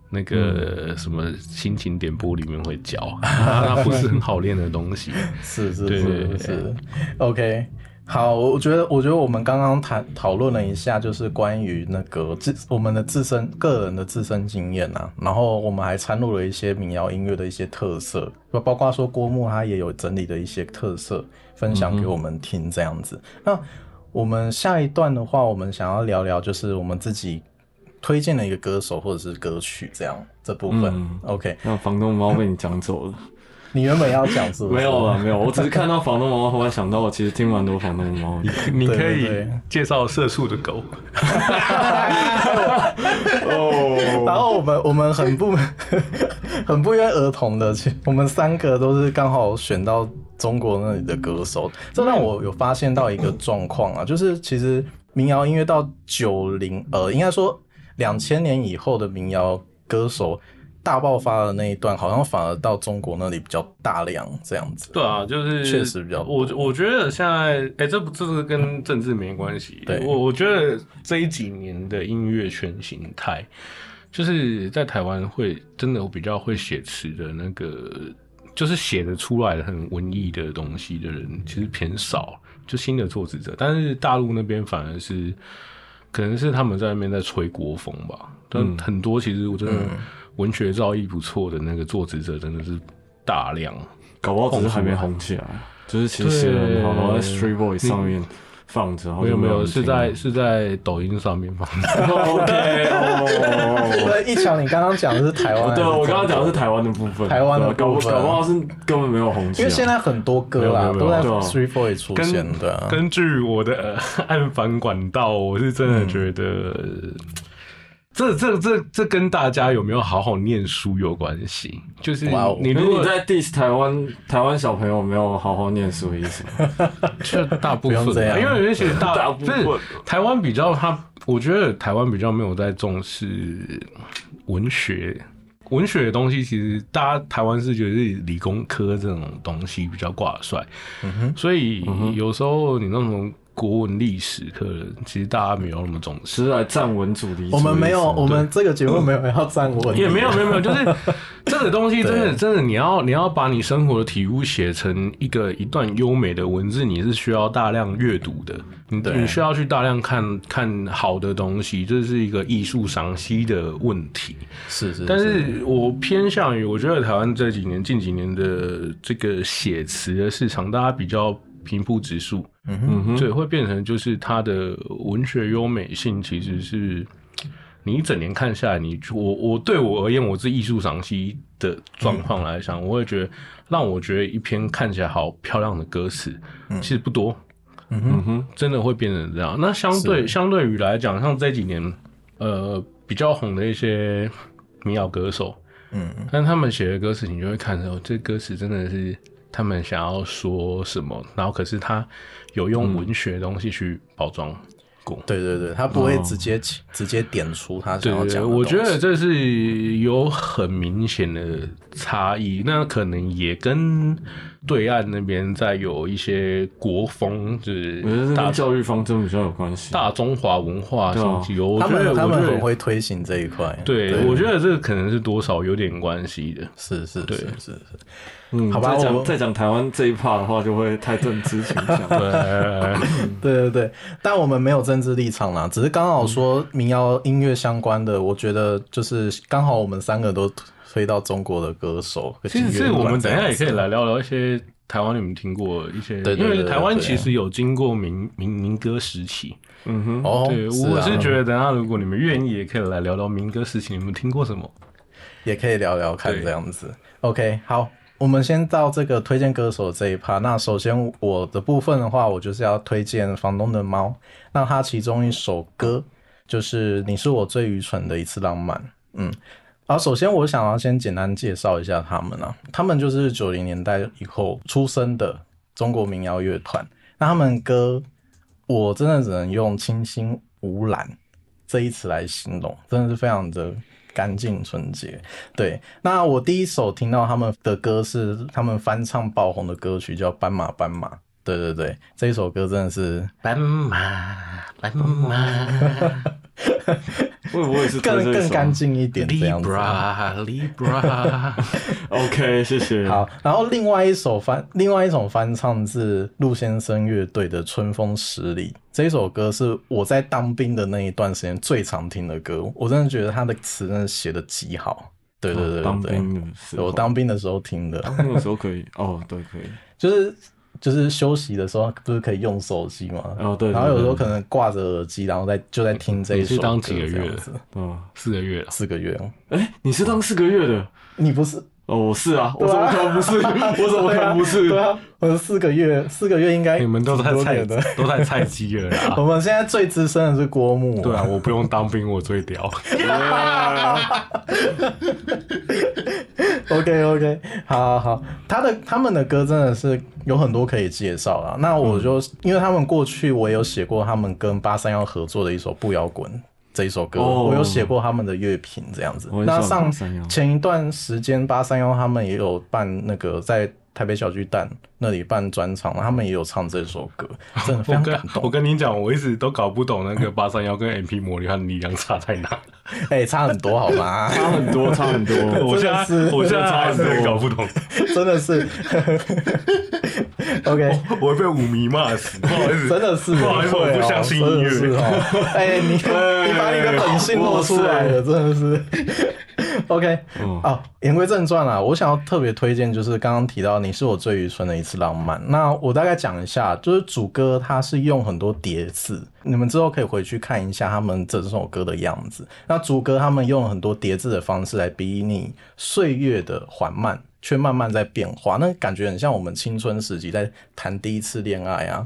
Speaker 3: 那个什么心情点播里面会教， 它不是很好练的东西。
Speaker 1: 是是
Speaker 3: 对
Speaker 1: 是是，OK。好，我觉得，我觉得我们刚刚谈讨论了一下，就是关于那个自我们的自身个人的自身经验啊，然后我们还掺入了一些民谣音乐的一些特色，包包括说郭牧他也有整理的一些特色分享给我们听这样子。那我们下一段的话，我们想要聊聊就是我们自己推荐的一个歌手或者是歌曲这样这部分。
Speaker 4: 嗯
Speaker 1: OK，
Speaker 4: 那房东猫被你讲走了，
Speaker 1: 你原本要讲是不是？
Speaker 4: 没有了，没有，我只是看到房东猫，忽然想到，我其实听蛮多房东猫的。
Speaker 3: 你
Speaker 1: 对
Speaker 3: 可
Speaker 1: 对
Speaker 3: 以
Speaker 1: 对
Speaker 3: 介绍社畜的狗，
Speaker 1: 然后我们我们很不 很不约而同的，去，我们三个都是刚好选到中国那里的歌手，这让我有发现到一个状况啊，就是其实民谣音乐到九零呃，应该说两千年以后的民谣歌手大爆发的那一段，好像反而到中国那里比较大量这样子。
Speaker 3: 对啊，就是
Speaker 1: 确实比较
Speaker 3: 我我觉得现在，哎、这不这个跟政治没关系。
Speaker 1: 对
Speaker 3: 我我觉得这一几年的音乐全形态，就是在台湾会真的比较会写词的那个，就是写得出来的很文艺的东西的人，其实偏少，就新的作词者。但是大陆那边反而是，可能是他们在那边在吹国风吧。
Speaker 1: 嗯
Speaker 3: 但很多其实我真的文学造诣不错的那个作词者，真的是大量。
Speaker 4: 搞不好只是还没红起来，就是其实写的很好，然后在 Street Boy 上面放着，然后
Speaker 3: 没
Speaker 4: 就
Speaker 3: 有没有，
Speaker 4: 人
Speaker 3: 是
Speaker 4: 听
Speaker 3: 在是在抖音上面放的。
Speaker 4: OK 哦。
Speaker 1: 对，一强，你刚刚讲的是台湾，
Speaker 4: 对，啊我刚刚讲的是台湾的部分，
Speaker 1: 台湾的
Speaker 4: 对搞不
Speaker 1: 部分
Speaker 4: 搞不好是根本没有红起
Speaker 1: 因
Speaker 4: 来。
Speaker 1: 为现在很多歌啦
Speaker 3: 没有没
Speaker 1: 都
Speaker 3: 有没
Speaker 1: 在
Speaker 3: 有
Speaker 4: 啊
Speaker 1: Three Four 出现的、啊，
Speaker 3: 根据我的呃 暗访管道，我是真的觉得，这这这这跟大家有没有好好念书有关系。就是
Speaker 1: 哇哦
Speaker 3: 你
Speaker 4: 可
Speaker 3: 如
Speaker 4: 是你
Speaker 3: 果
Speaker 4: 在 diss 台湾台湾小朋友没有好好念书的意思吗，
Speaker 3: 就大部
Speaker 1: 不用这
Speaker 3: 分啊，
Speaker 1: 样
Speaker 3: 因为有些大
Speaker 4: 大部分
Speaker 3: 不是台湾比较他，我觉得台湾比较没有在重视文学。文学的东西，其实大家台湾是觉得是理工科这种东西比较挂帅，
Speaker 1: 嗯
Speaker 3: 所以有时候你那种国文历史课，其实大家没有那么重视。
Speaker 4: 是来站稳主题。
Speaker 1: 我们没有，我们这个节目没有要站稳，
Speaker 3: 也没有没有没有，就是这个东西真的
Speaker 1: 对
Speaker 3: 真的，你要你要把你生活的体悟写成一个一段优美的文字，你是需要大量阅读的，你
Speaker 1: 对
Speaker 3: 你需要去大量看看好的东西，这是一个艺术赏析的问题。
Speaker 1: 是是，
Speaker 3: 但是我偏向于，我觉得台湾这几年近几年的这个写词的市场，大家比较平铺直述，
Speaker 1: 嗯
Speaker 4: 嗯
Speaker 1: 哼，
Speaker 4: 哼，
Speaker 3: 对，会变成就是它的文学优美性其实是你一整年看下来，你我我对我而言，我是艺术赏析的状况来讲，我会觉得让我觉得一篇看起来好漂亮的歌词，其实不多，
Speaker 4: 嗯哼，
Speaker 3: 真的会变成这样。那相对相对于来讲，像这几年呃比较红的一些民谣歌手，
Speaker 1: 嗯，
Speaker 3: 但他们写的歌词，你就会看到这歌词真的是他们想要说什么，然后可是他有用文学的东西去包装过。
Speaker 1: 对对对，他不会直接、直接点出他想
Speaker 3: 对
Speaker 1: 要
Speaker 3: 对对，
Speaker 1: 讲的
Speaker 3: 我觉
Speaker 1: 东
Speaker 3: 得
Speaker 1: 西
Speaker 3: 这是有很明显的差异，那可能也跟对岸那边在有一些国风，就是
Speaker 4: 我觉得这
Speaker 3: 大
Speaker 4: 跟教育方针比较有关系。
Speaker 3: 大中华文化
Speaker 4: 对啊
Speaker 3: 冲击，有
Speaker 1: 他
Speaker 3: 我觉得
Speaker 1: 们他
Speaker 3: 我
Speaker 1: 们
Speaker 3: 觉
Speaker 1: 很
Speaker 3: 得
Speaker 1: 会推行这一块。
Speaker 3: 对，我觉得这可能是多少有点关系 的。
Speaker 1: 是是
Speaker 3: 对
Speaker 1: 是是是，
Speaker 4: 嗯，
Speaker 1: 好吧
Speaker 4: 再
Speaker 1: 我
Speaker 4: 讲再讲台湾这一趴的话，就会太政治倾 向。
Speaker 3: 对，
Speaker 1: 对对对，但我们没有政治立场啦，只是刚好说民谣音乐相关的，我觉得就是刚好我们三个都推到中国的啊歌手。
Speaker 3: 其实是我们等一下也可以
Speaker 1: 来。
Speaker 3: 来聊聊一些台湾你们听过一些，
Speaker 1: 对对对
Speaker 3: 因为台湾
Speaker 1: 对对
Speaker 3: 其实有经过民民民歌时期。
Speaker 4: 嗯哼，
Speaker 1: 哦，
Speaker 3: 对，
Speaker 1: 啊
Speaker 3: 我是觉得等一下如果你们愿意，也可以来聊聊民歌时期，你们听过什么？
Speaker 1: 也可以聊聊看
Speaker 3: 对
Speaker 1: 这样子。OK，好，我们先到这个推荐歌手这一趴。那首先我的部分的话，我就是要推荐房东的猫。那它其中一首歌就是《你是我最愚蠢的一次浪漫》。嗯，好，首先我想要先简单介绍一下他们啊，他们就是九零年代以后出生的中国民谣乐团。那他们歌，我真的只能用清新无染这一词来形容，真的是非常的干净纯洁。对，那我第一首听到他们的歌是他们翻唱爆红的歌曲，叫《斑马斑马》。对对对，这一首歌真的是
Speaker 3: 斑马，斑马
Speaker 4: 我我也是推
Speaker 1: 更
Speaker 4: 这一
Speaker 1: 更
Speaker 4: 首
Speaker 1: 干。净一点这样子。
Speaker 3: ，Libra，Libra，
Speaker 4: OK，谢谢。
Speaker 1: 好，然后另外一首翻，另外一首翻唱是陆先生乐队的《春风十里》这首歌，是我在当兵的那一段时间最常听的歌。我真的觉得他的词真的写的极好。对对对
Speaker 4: 哦当
Speaker 1: 对对
Speaker 4: 兵的时
Speaker 1: 对，
Speaker 4: 候，
Speaker 1: 我当兵的时候听的。
Speaker 4: 那个时候可以。 哦，对，可以。
Speaker 1: 就是就是休息的时候不是可以用手机吗？
Speaker 4: 哦对对
Speaker 1: 然后有时候
Speaker 4: 对
Speaker 1: 可能挂着耳机，然后在就在听这一
Speaker 3: 你
Speaker 1: 首
Speaker 3: 是
Speaker 1: 歌。
Speaker 3: 当几个月的
Speaker 1: 子？
Speaker 4: 嗯，
Speaker 3: 四个月了。
Speaker 1: 四个月哦。
Speaker 4: 哎，你是当四个月的？
Speaker 1: 你不是？
Speaker 4: 哦，我是啊，我怎么可能 不是？我怎么可能不是？
Speaker 1: 对啊，我是四个月，四个月应该
Speaker 3: 你们都
Speaker 1: 挺
Speaker 3: 太
Speaker 1: 多
Speaker 3: 菜
Speaker 1: 年的。，
Speaker 3: 都太菜鸡了
Speaker 1: 我
Speaker 3: 啦。
Speaker 1: 们现在最资深的是郭牧，
Speaker 3: 对啊，我不用当兵，我最屌。
Speaker 1: OK OK，好好 好，他的他们的歌真的是有很多可以介绍啦。那
Speaker 4: 嗯
Speaker 1: 我就、因为他们过去我也有写过他们跟八三幺合作的一首《不摇滚》这一首歌，
Speaker 4: 哦
Speaker 1: 我有写过他们的乐评这样子
Speaker 4: 我。很喜
Speaker 1: 那上
Speaker 4: 欢831
Speaker 1: 前一段时间八三幺他们也有办那个在台北小巨蛋那里办专场，他们也有唱这首 歌，真的 非
Speaker 3: 我
Speaker 1: 常
Speaker 3: 跟
Speaker 1: 感动
Speaker 3: 我。跟你讲，我一直都搞不懂那个八三幺跟 MP 魔力和力量差在哪。
Speaker 1: 哎、差很多好吗？
Speaker 4: 差很多，差很多。
Speaker 3: 哦我现在
Speaker 1: 真的是
Speaker 3: 我现在还是搞不懂，
Speaker 1: 真的是。OK，
Speaker 3: 我会被舞迷骂死。不好意思，
Speaker 1: 真的是，
Speaker 3: 不好意思，我
Speaker 1: 会
Speaker 3: 不
Speaker 1: 哦
Speaker 3: 相信音乐。
Speaker 1: 真的是哦哎， 你你把你的本性露出来了，真的是。OK，
Speaker 4: 嗯
Speaker 1: 哦，言归正传啦，我想要特别推荐就是刚刚提到你是我最愚蠢的一次浪漫。那我大概讲一下，就是主歌它是用很多叠字，你们之后可以回去看一下他们整首歌的样子。那主歌他们用很多叠字的方式来比拟岁月的缓慢。却慢慢在变化，那感觉很像我们青春时期在谈第一次恋爱啊，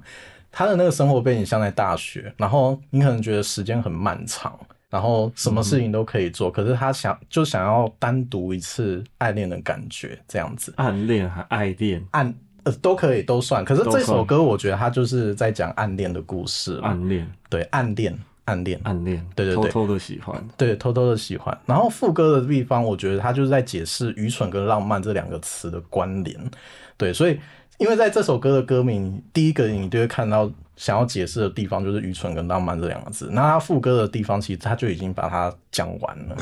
Speaker 1: 他的那个生活背景像在大学，然后你可能觉得时间很漫长，然后什么事情都可以
Speaker 4: 嗯
Speaker 1: 做，可是他想就想要单独一次爱恋的感觉，这样子
Speaker 4: 暗恋还爱恋，
Speaker 1: 暗呃都可以都算。可是
Speaker 4: 都
Speaker 1: 这
Speaker 4: 算
Speaker 1: 首歌我觉得他就是在讲暗恋的故事嘛，
Speaker 4: 暗恋，
Speaker 1: 对暗恋暗恋
Speaker 4: 暗恋，
Speaker 1: 对对
Speaker 4: 偷
Speaker 1: 对
Speaker 4: 偷的喜欢。
Speaker 1: 对偷偷的喜欢。然后副歌的地方，我觉得他就是在解释愚蠢跟浪漫这两个词的关联，对，所以。因为在这首歌的歌名，第一个你就会看到想要解释的地方就是愚蠢跟浪漫这两个字。那它副歌的地方，其实他就已经把它讲完了，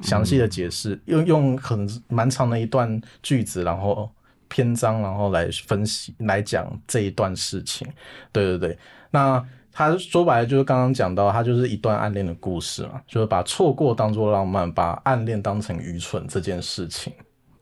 Speaker 1: 详细的解释，用用很蛮长的一段句子，然后篇章，然后来分析来讲这一段事情。对对对，那。他说白了就是刚刚讲到，他就是一段暗恋的故事嘛，就是把错过当做浪漫，把暗恋当成愚蠢这件事情。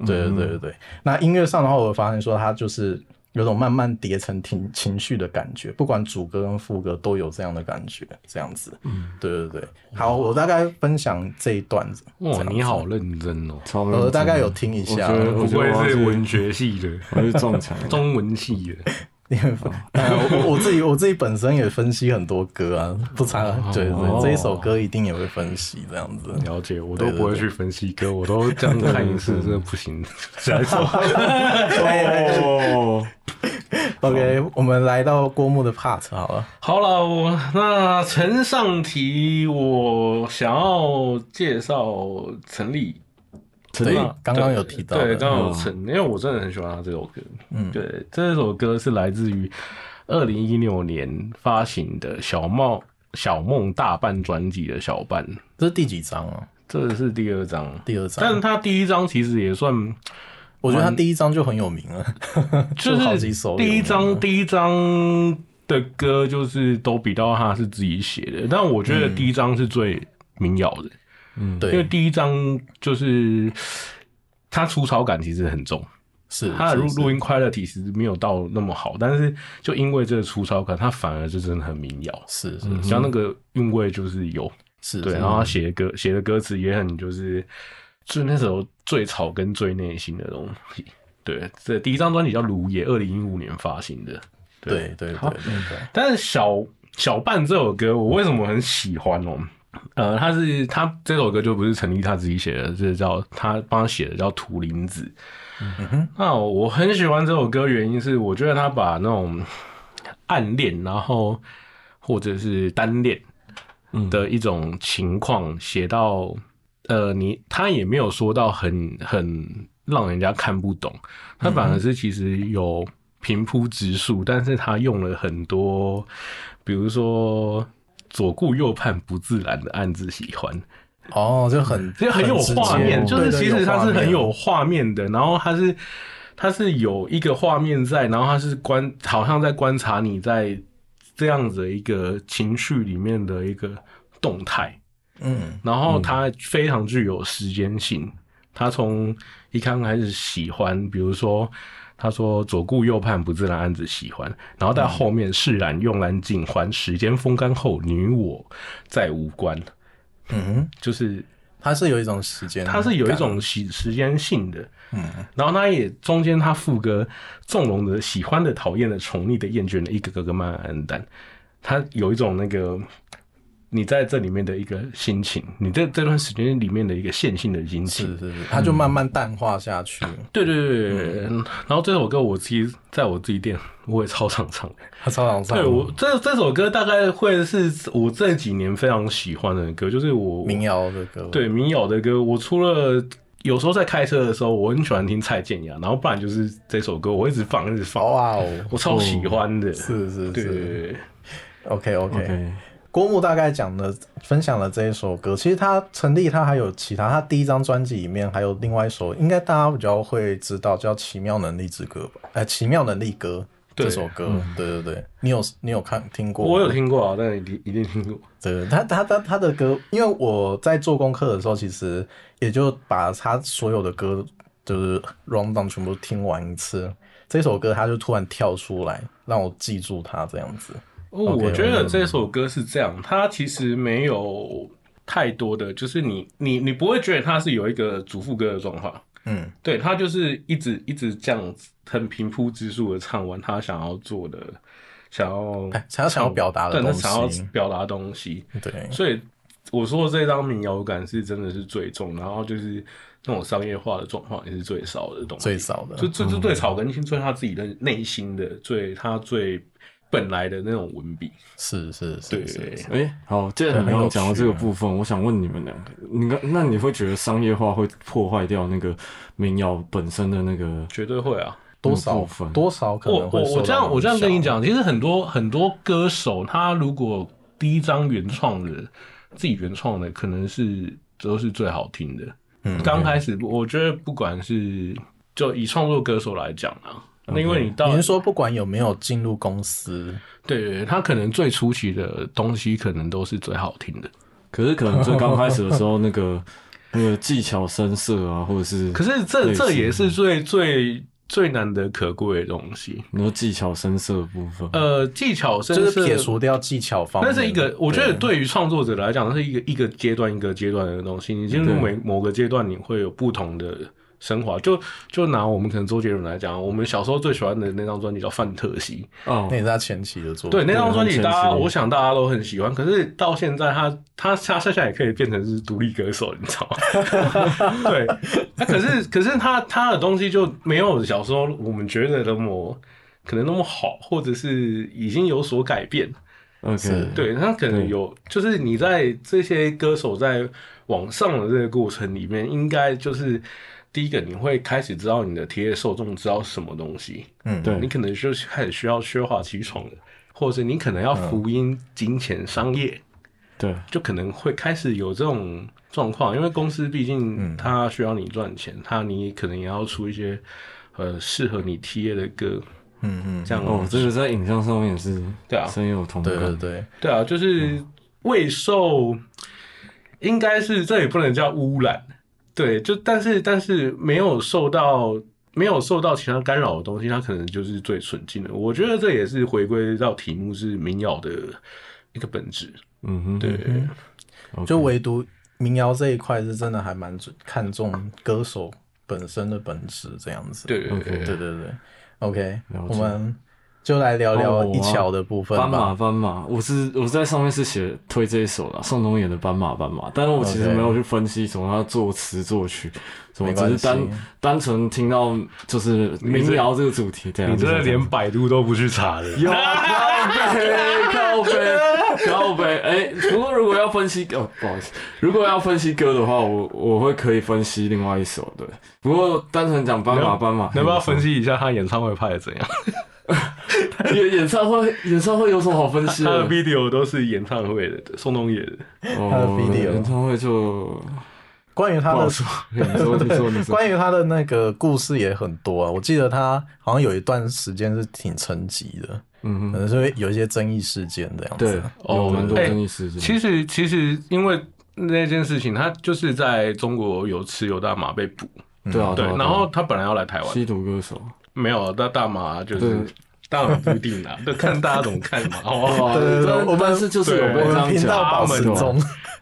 Speaker 1: 对对对对对。那音乐上的话，我发现说它就是有种慢慢叠成情情绪的感觉，不管主歌跟副歌都有这样的感觉，这样子。嗯，对对对。好，我大概分享这一段子。这
Speaker 3: 哇，
Speaker 1: 样子
Speaker 3: 哦你好，认真哦，
Speaker 4: 超认真的
Speaker 1: 呃我大概有听一下
Speaker 4: 我觉。得
Speaker 3: 不
Speaker 4: 我觉
Speaker 3: 愧
Speaker 4: 得我要
Speaker 3: 是
Speaker 4: 去
Speaker 3: 文学系的，
Speaker 4: 我要去撞墙。
Speaker 3: 中文系的。
Speaker 1: 因为呃，我我自己我自己本身也分析很多歌啊，不差，
Speaker 3: 哦
Speaker 1: 对对，这一首歌一定也会分析这样子。
Speaker 3: 了解，我都不会去分析歌，我都这样看一 次，真的不行。下一首，
Speaker 4: 哦，
Speaker 1: OK，我们来到郭牧的 part 好了。
Speaker 3: 好了，我那呈上题，我想要介绍陈立。
Speaker 4: 陈立
Speaker 3: 那
Speaker 1: 刚刚有提到的
Speaker 3: 对，刚刚有陈，因为我真的很喜欢他这首歌。
Speaker 1: 嗯
Speaker 3: 对，这首歌是来自于二零一六年发行的《小梦小梦大半》专辑的《小半》，
Speaker 1: 这是第几章啊？
Speaker 3: 这是第二张。
Speaker 1: 第二
Speaker 3: 但是
Speaker 1: 章。
Speaker 3: 他第一张其实也算，
Speaker 1: 我觉得他第一章就很有名了，
Speaker 3: 就
Speaker 1: 好
Speaker 3: 是
Speaker 1: 几首有名啊
Speaker 3: 第一张第一张的歌就是都比到他是自己写的，但我觉得第一张是最民谣的，
Speaker 4: 嗯
Speaker 3: 因为
Speaker 1: 嗯对，
Speaker 3: 第一张就是他粗糙感其实很重，
Speaker 1: 是
Speaker 3: 他的录
Speaker 1: 是是
Speaker 3: 录音快乐体其实没有到那么好，但是就因为这个粗糙感，他反而就真的很民谣，
Speaker 1: 是
Speaker 3: 像那个韵味就是有，
Speaker 1: 嗯是，
Speaker 3: 嗯对，
Speaker 1: 是
Speaker 3: 然后他写的歌写的歌词也很就是，就是那首最草根最内心的东西。对，这第一张专辑叫《卢野》，二零一五年发行的。
Speaker 1: 对对对
Speaker 3: 好
Speaker 1: 对对，
Speaker 3: 但是小小半这首歌，我为什么很喜欢哦？呃，他是他这首歌就不是陈立他自己写的，这叫他帮他写的叫《图灵子》。那我很喜欢这首歌，原因是我觉得他把那种暗恋，然后或者是单恋的一种情况写到，呃，你他也没有说到很很让人家看不懂，他反而是其实有平铺直述，但是他用了很多，比如说左顾右盼不自然的暗自喜欢，
Speaker 1: 哦，就很
Speaker 3: 其实很有
Speaker 1: 直
Speaker 3: 画
Speaker 1: 接
Speaker 3: 面，就
Speaker 1: 对
Speaker 3: 是
Speaker 1: 对
Speaker 3: 其实
Speaker 1: 有
Speaker 3: 它
Speaker 1: 画
Speaker 3: 是很
Speaker 1: 面
Speaker 3: 有画面的，然后它是它是有一个画面在，然后它是观好像在观察你在这样子的一个情绪里面的一个动态，
Speaker 1: 嗯
Speaker 3: 然后它非常具有时间性。他从一刚开始喜欢，比如说他说左顾右盼不自然暗自喜欢，然后到后面释然慵然尽欢，时间风干后你我再无关，
Speaker 1: 嗯，
Speaker 3: 就是
Speaker 1: 它是有一种时间感，
Speaker 3: 它是有一种时时间性的，
Speaker 1: 嗯
Speaker 3: 然后它也中间它副歌纵容的喜欢的、讨厌的、宠溺的、厌倦的，一个个个慢慢暗淡，它有一种那个你在这里面的一个心情，你在这段时间里面的一个线性的心情
Speaker 1: 是，是是，它就慢慢淡化下去，
Speaker 3: 对对对对对。
Speaker 1: 嗯
Speaker 3: 然后这首歌我自己在我自己店我也超常唱的，
Speaker 1: 它超常上
Speaker 3: 对我这这首歌大概会是我这几年非常喜欢的歌，就是我
Speaker 1: 民谣的歌，
Speaker 3: 对民谣的歌，我除了有时候在开车的时候，我很喜欢听蔡健雅，然后不然就是这首歌，我一直放一直放，
Speaker 1: 哇 哦，
Speaker 3: 我超喜欢的。
Speaker 1: 是是
Speaker 3: 对对对
Speaker 1: 是
Speaker 3: 对
Speaker 1: ，OK OK。
Speaker 4: ，OK，
Speaker 1: 郭牧大概讲的分享了这一首歌，其实他陈立他还有其他，他第一张专辑里面还有另外一首，应该大家比较会知道叫《奇妙能力之歌》吧？呃，《奇妙能力歌》
Speaker 3: 对嗯
Speaker 1: 这首歌，对对对，你有你有看听过吗？
Speaker 3: 我有听过啊，但一定一定听过。
Speaker 1: 对，他他他他的歌，因为我在做功课的时候，其实也就把他所有的歌就是 round down 全部听完一次，这首歌他就突然跳出来，让我记住他这样子。
Speaker 3: 哦
Speaker 1: OK，嗯
Speaker 3: 我觉得这首歌是这样，它其实没有太多的，就是你你你不会觉得它是有一个主副歌的状况，
Speaker 1: 嗯，
Speaker 3: 对，它就是一直一直这样子很平铺直述的唱完他想要做的，想要
Speaker 1: 哎想要想要表达的
Speaker 3: 对他
Speaker 1: 东西
Speaker 3: 想要表达的东西，
Speaker 1: 对，
Speaker 3: 所以我说的这张民谣感是真的是最重，然后就是那种商业化的状况也是最少的东西，
Speaker 1: 最少嗯的
Speaker 3: 就这这最草根性，最他自己的内心的，最他最本来的那种文笔，
Speaker 1: 是是是
Speaker 3: 对，
Speaker 1: 是，是
Speaker 4: 哎，好，既然
Speaker 1: 很
Speaker 4: 你
Speaker 1: 有
Speaker 4: 刚刚讲到这个
Speaker 1: 趣啊
Speaker 4: 部分，我想问你们两个，你刚那你会觉得商业化会破坏掉那个民谣本身的那个
Speaker 3: 绝对会啊！
Speaker 1: 多
Speaker 4: 那个
Speaker 1: 少
Speaker 4: 部分
Speaker 1: 多少可
Speaker 3: 我
Speaker 1: 能会
Speaker 3: 我我
Speaker 1: 受
Speaker 3: 这样
Speaker 1: 到
Speaker 3: 我这样跟你
Speaker 1: 影响，啊
Speaker 3: 讲，其实很多很多歌手，他如果第一张原创的自己原创的，可能是都是最好听的。
Speaker 1: 嗯
Speaker 3: 刚开始我觉得不管是就以创作歌手来讲啊，那因为你到
Speaker 1: 嗯你是说不管有没有进入公司，
Speaker 3: 对对，对他可能最初期的东西可能都是最好听的，
Speaker 4: 可是可能最刚开始的时候，那个那个技巧深色啊，或者是，
Speaker 3: 可是这
Speaker 4: 类似
Speaker 3: 这也是最最最难得可贵的东西。
Speaker 4: 你说技巧深色的部分，
Speaker 3: 呃，技巧甚
Speaker 1: 就是
Speaker 3: 至
Speaker 1: 撇除掉技巧方面
Speaker 3: 那
Speaker 1: 的，
Speaker 3: 是一个，我觉得
Speaker 1: 对
Speaker 3: 对于创作者来讲，那是一个一个阶段一个阶段的东西。你进入
Speaker 4: 对
Speaker 3: 每某个阶段，你会有不同的升华。就就拿我们可能周杰伦来讲，我们小时候最喜欢的那张专辑叫《范特西》，
Speaker 4: 哦
Speaker 1: 那也是他前期的作品。
Speaker 3: 对，那张专辑大家
Speaker 4: 很神奇
Speaker 3: 我想大家都很喜欢。可是到现在他，他他他现在也可以变成是独立歌手，你知道 吗？对，那可是可是他他的东西就没有小时候我们觉得那么可能那么好，或者是已经有所改变。
Speaker 4: ，OK，
Speaker 1: 是
Speaker 3: 对，他可能
Speaker 4: 对
Speaker 3: 有，就是你在这些歌手在往上的这个过程里面，应该就是第一个，你会开始知道你的铁业受众知道什么东西，
Speaker 1: 嗯，
Speaker 4: 对
Speaker 3: 你可能就是开始需要奢华起床了，或者是你可能
Speaker 1: 嗯
Speaker 3: 要福音、金钱、商业，
Speaker 4: 对，
Speaker 3: 就可能会开始有这种状况，因为公司毕竟
Speaker 1: 嗯
Speaker 3: 它需要你赚钱，它你可能也要出一些呃适合你 T A 的歌，
Speaker 1: 嗯嗯，
Speaker 3: 这样
Speaker 4: 哦，这个在影像上面也是
Speaker 3: 对啊
Speaker 4: 深有同
Speaker 1: 对
Speaker 4: 感，
Speaker 1: 对对，
Speaker 3: 对啊，就是未受，应该是这也不能叫污染，对，就但是但是没有受到没有受到其他干扰的东西，它可能就是最纯净的。我觉得这也是回归到题目是民谣的一个本质，
Speaker 4: 嗯哼，
Speaker 3: 对，
Speaker 4: OK，
Speaker 1: 就唯独民谣这一块是真的还蛮注看重歌手本身的本质这样子。
Speaker 3: 对对对
Speaker 4: OK
Speaker 1: 对对对，OK，
Speaker 4: 了解
Speaker 1: 我们就来聊聊
Speaker 4: 哦
Speaker 1: 一桥的部分
Speaker 4: 斑马
Speaker 1: 吧。
Speaker 4: 斑马，我是我在上面是写推这一首啦，宋冬野的《斑马斑马》，但是我其实
Speaker 1: OK
Speaker 4: 没有去分析什么他作词作曲，什么
Speaker 1: 没
Speaker 4: 只
Speaker 1: 关
Speaker 4: 是
Speaker 1: 系
Speaker 4: 单单纯听到就是民谣这个主题，对啊，
Speaker 3: 你真
Speaker 4: 就
Speaker 3: 的
Speaker 4: 是这样
Speaker 3: 连百度都不去 查的，
Speaker 4: 有啊， 靠背靠背靠背，哎、不过如果要分析哦，不好意思，如果要分析歌的话，我我会可以分析另外一首，对，不过单纯讲斑马斑马，
Speaker 3: 能不能分析一下他演唱会拍的怎样？
Speaker 4: 演演唱会演唱会有什么好分析
Speaker 3: 他的
Speaker 4: 的？
Speaker 3: video 都是演唱会的，宋冬野的。
Speaker 1: 他的
Speaker 4: 哦
Speaker 1: video
Speaker 4: 演唱会就。
Speaker 1: 关于他
Speaker 4: 不
Speaker 1: 的
Speaker 4: 好说， 你说你说你说，
Speaker 1: 关于他的那个故事也很多啊，我记得他好像有一段时间是挺沉寂的，
Speaker 4: 嗯
Speaker 1: 可
Speaker 4: 哼，
Speaker 1: 能是会有一些争议事件这样子。
Speaker 4: 对，
Speaker 3: 哦
Speaker 4: 有蛮多
Speaker 3: 哎
Speaker 4: 争议事件。
Speaker 3: 其实其实因为那件事情，他就是在中国有持有大麻被捕，
Speaker 4: 对啊，
Speaker 3: 对
Speaker 4: 啊，
Speaker 1: 哦
Speaker 4: 啊
Speaker 3: 然后他本来要来台湾，
Speaker 4: 吸毒歌手，
Speaker 3: 没有，但大麻就
Speaker 4: 对
Speaker 3: 是当然不一 定啦，就看大家怎么看嘛。哦，
Speaker 4: 哇
Speaker 1: 对对对
Speaker 4: 但
Speaker 1: 我们
Speaker 4: 但是就是有
Speaker 1: 我
Speaker 4: 被这
Speaker 1: 们
Speaker 4: 样
Speaker 1: 频道
Speaker 4: 讲，
Speaker 1: 保持
Speaker 4: 对啊
Speaker 1: 中，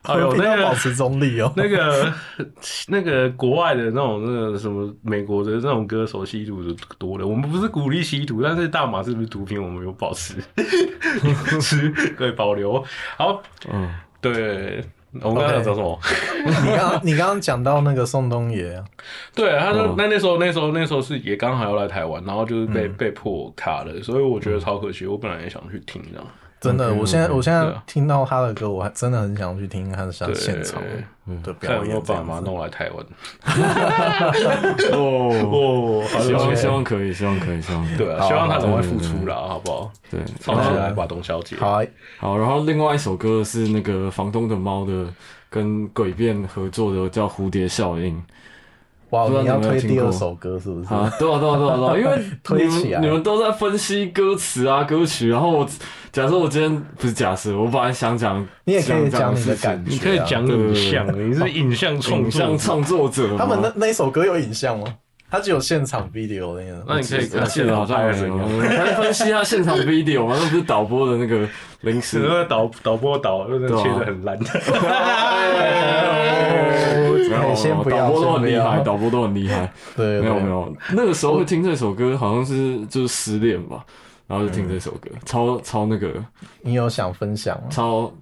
Speaker 1: 我
Speaker 3: 哎呦
Speaker 1: 们频道
Speaker 3: 那个
Speaker 1: 保持中立 哦。
Speaker 3: 那个那个国外的那种那个什么美国的那种歌手吸毒的多了，我们不是鼓励吸毒，但是大麻是不是毒品，我们有保持 持对保留。好，
Speaker 4: 嗯，
Speaker 3: 对，我们刚刚
Speaker 1: OK
Speaker 3: 讲什么？
Speaker 1: 你刚你刚刚讲到那个宋冬野啊，
Speaker 3: 对，他说
Speaker 4: 嗯
Speaker 3: 那那时候那时候那时候是也刚好要来台湾，然后就是
Speaker 1: 嗯
Speaker 3: 被、被迫卡了，所以我觉得超可惜。我本来也想去听这样，
Speaker 1: 真的，
Speaker 4: OK，
Speaker 1: 我现在
Speaker 4: OK，
Speaker 1: 我现在
Speaker 3: 对啊
Speaker 1: 听到他的歌，我还真的很想去听看他
Speaker 3: 对，
Speaker 1: 现场的
Speaker 3: 看
Speaker 1: 表
Speaker 3: 有没有
Speaker 1: 演这
Speaker 3: 办
Speaker 1: 样
Speaker 3: 法
Speaker 1: 子。
Speaker 3: 弄来台湾。
Speaker 4: 哦，
Speaker 3: 哦，好
Speaker 4: 希
Speaker 3: 了
Speaker 4: 望
Speaker 1: ，OK
Speaker 4: 希望可以，希望可以，希望可以
Speaker 3: 对啊，希望他赶快复出啦，好不好？
Speaker 4: 对。
Speaker 3: 唱起来吧，董小姐。
Speaker 1: 好啊，
Speaker 4: 嗯好，然后另外一首歌是那个房东的猫的跟诡辩合作的，叫《蝴蝶效应》
Speaker 1: 哇，
Speaker 4: 不知道
Speaker 1: 你
Speaker 4: 你有
Speaker 1: 要
Speaker 4: 没有
Speaker 1: 推
Speaker 4: 听
Speaker 1: 第二
Speaker 4: 过
Speaker 1: 首歌是不是？
Speaker 4: 啊，对啊，对啊，对啊，对啊，因为
Speaker 1: 推
Speaker 4: 你们
Speaker 1: 起来
Speaker 4: 你们都在分析歌词啊、歌曲，然后我假设我今天不是假设，我本来想讲，
Speaker 1: 你也可以
Speaker 4: 想
Speaker 1: 讲你
Speaker 4: 事
Speaker 1: 的
Speaker 4: 情
Speaker 1: 感觉啊，
Speaker 3: 你可以讲影像，你是影像创
Speaker 4: 影
Speaker 3: 作
Speaker 4: 像
Speaker 3: 者，
Speaker 4: 创作者吗，
Speaker 1: 他们那那一首歌有影像吗？他只有现场 video 的那
Speaker 3: 那
Speaker 1: 个。
Speaker 3: 你可以
Speaker 4: 我
Speaker 3: 看
Speaker 4: 记
Speaker 3: 现
Speaker 4: 得
Speaker 3: 场
Speaker 4: 好像
Speaker 3: 拍
Speaker 4: 有
Speaker 3: 的怎样。
Speaker 4: 他在分析他现场 video 嘛，那不是导播的那个
Speaker 3: 只
Speaker 4: 临时。
Speaker 3: 是导导播导，真的
Speaker 4: 对啊
Speaker 3: 切的很烂。
Speaker 1: 哎先不要
Speaker 4: 导播都很厉
Speaker 1: 先不
Speaker 4: 害，
Speaker 1: 要
Speaker 4: 导播都很厉害。
Speaker 1: 对，
Speaker 4: 没有
Speaker 1: 对
Speaker 4: 没，有，那个时候会听这首歌，好像是就是失恋吧，然后就听这首歌，超超那个
Speaker 1: 你有想分享吗？
Speaker 4: 超，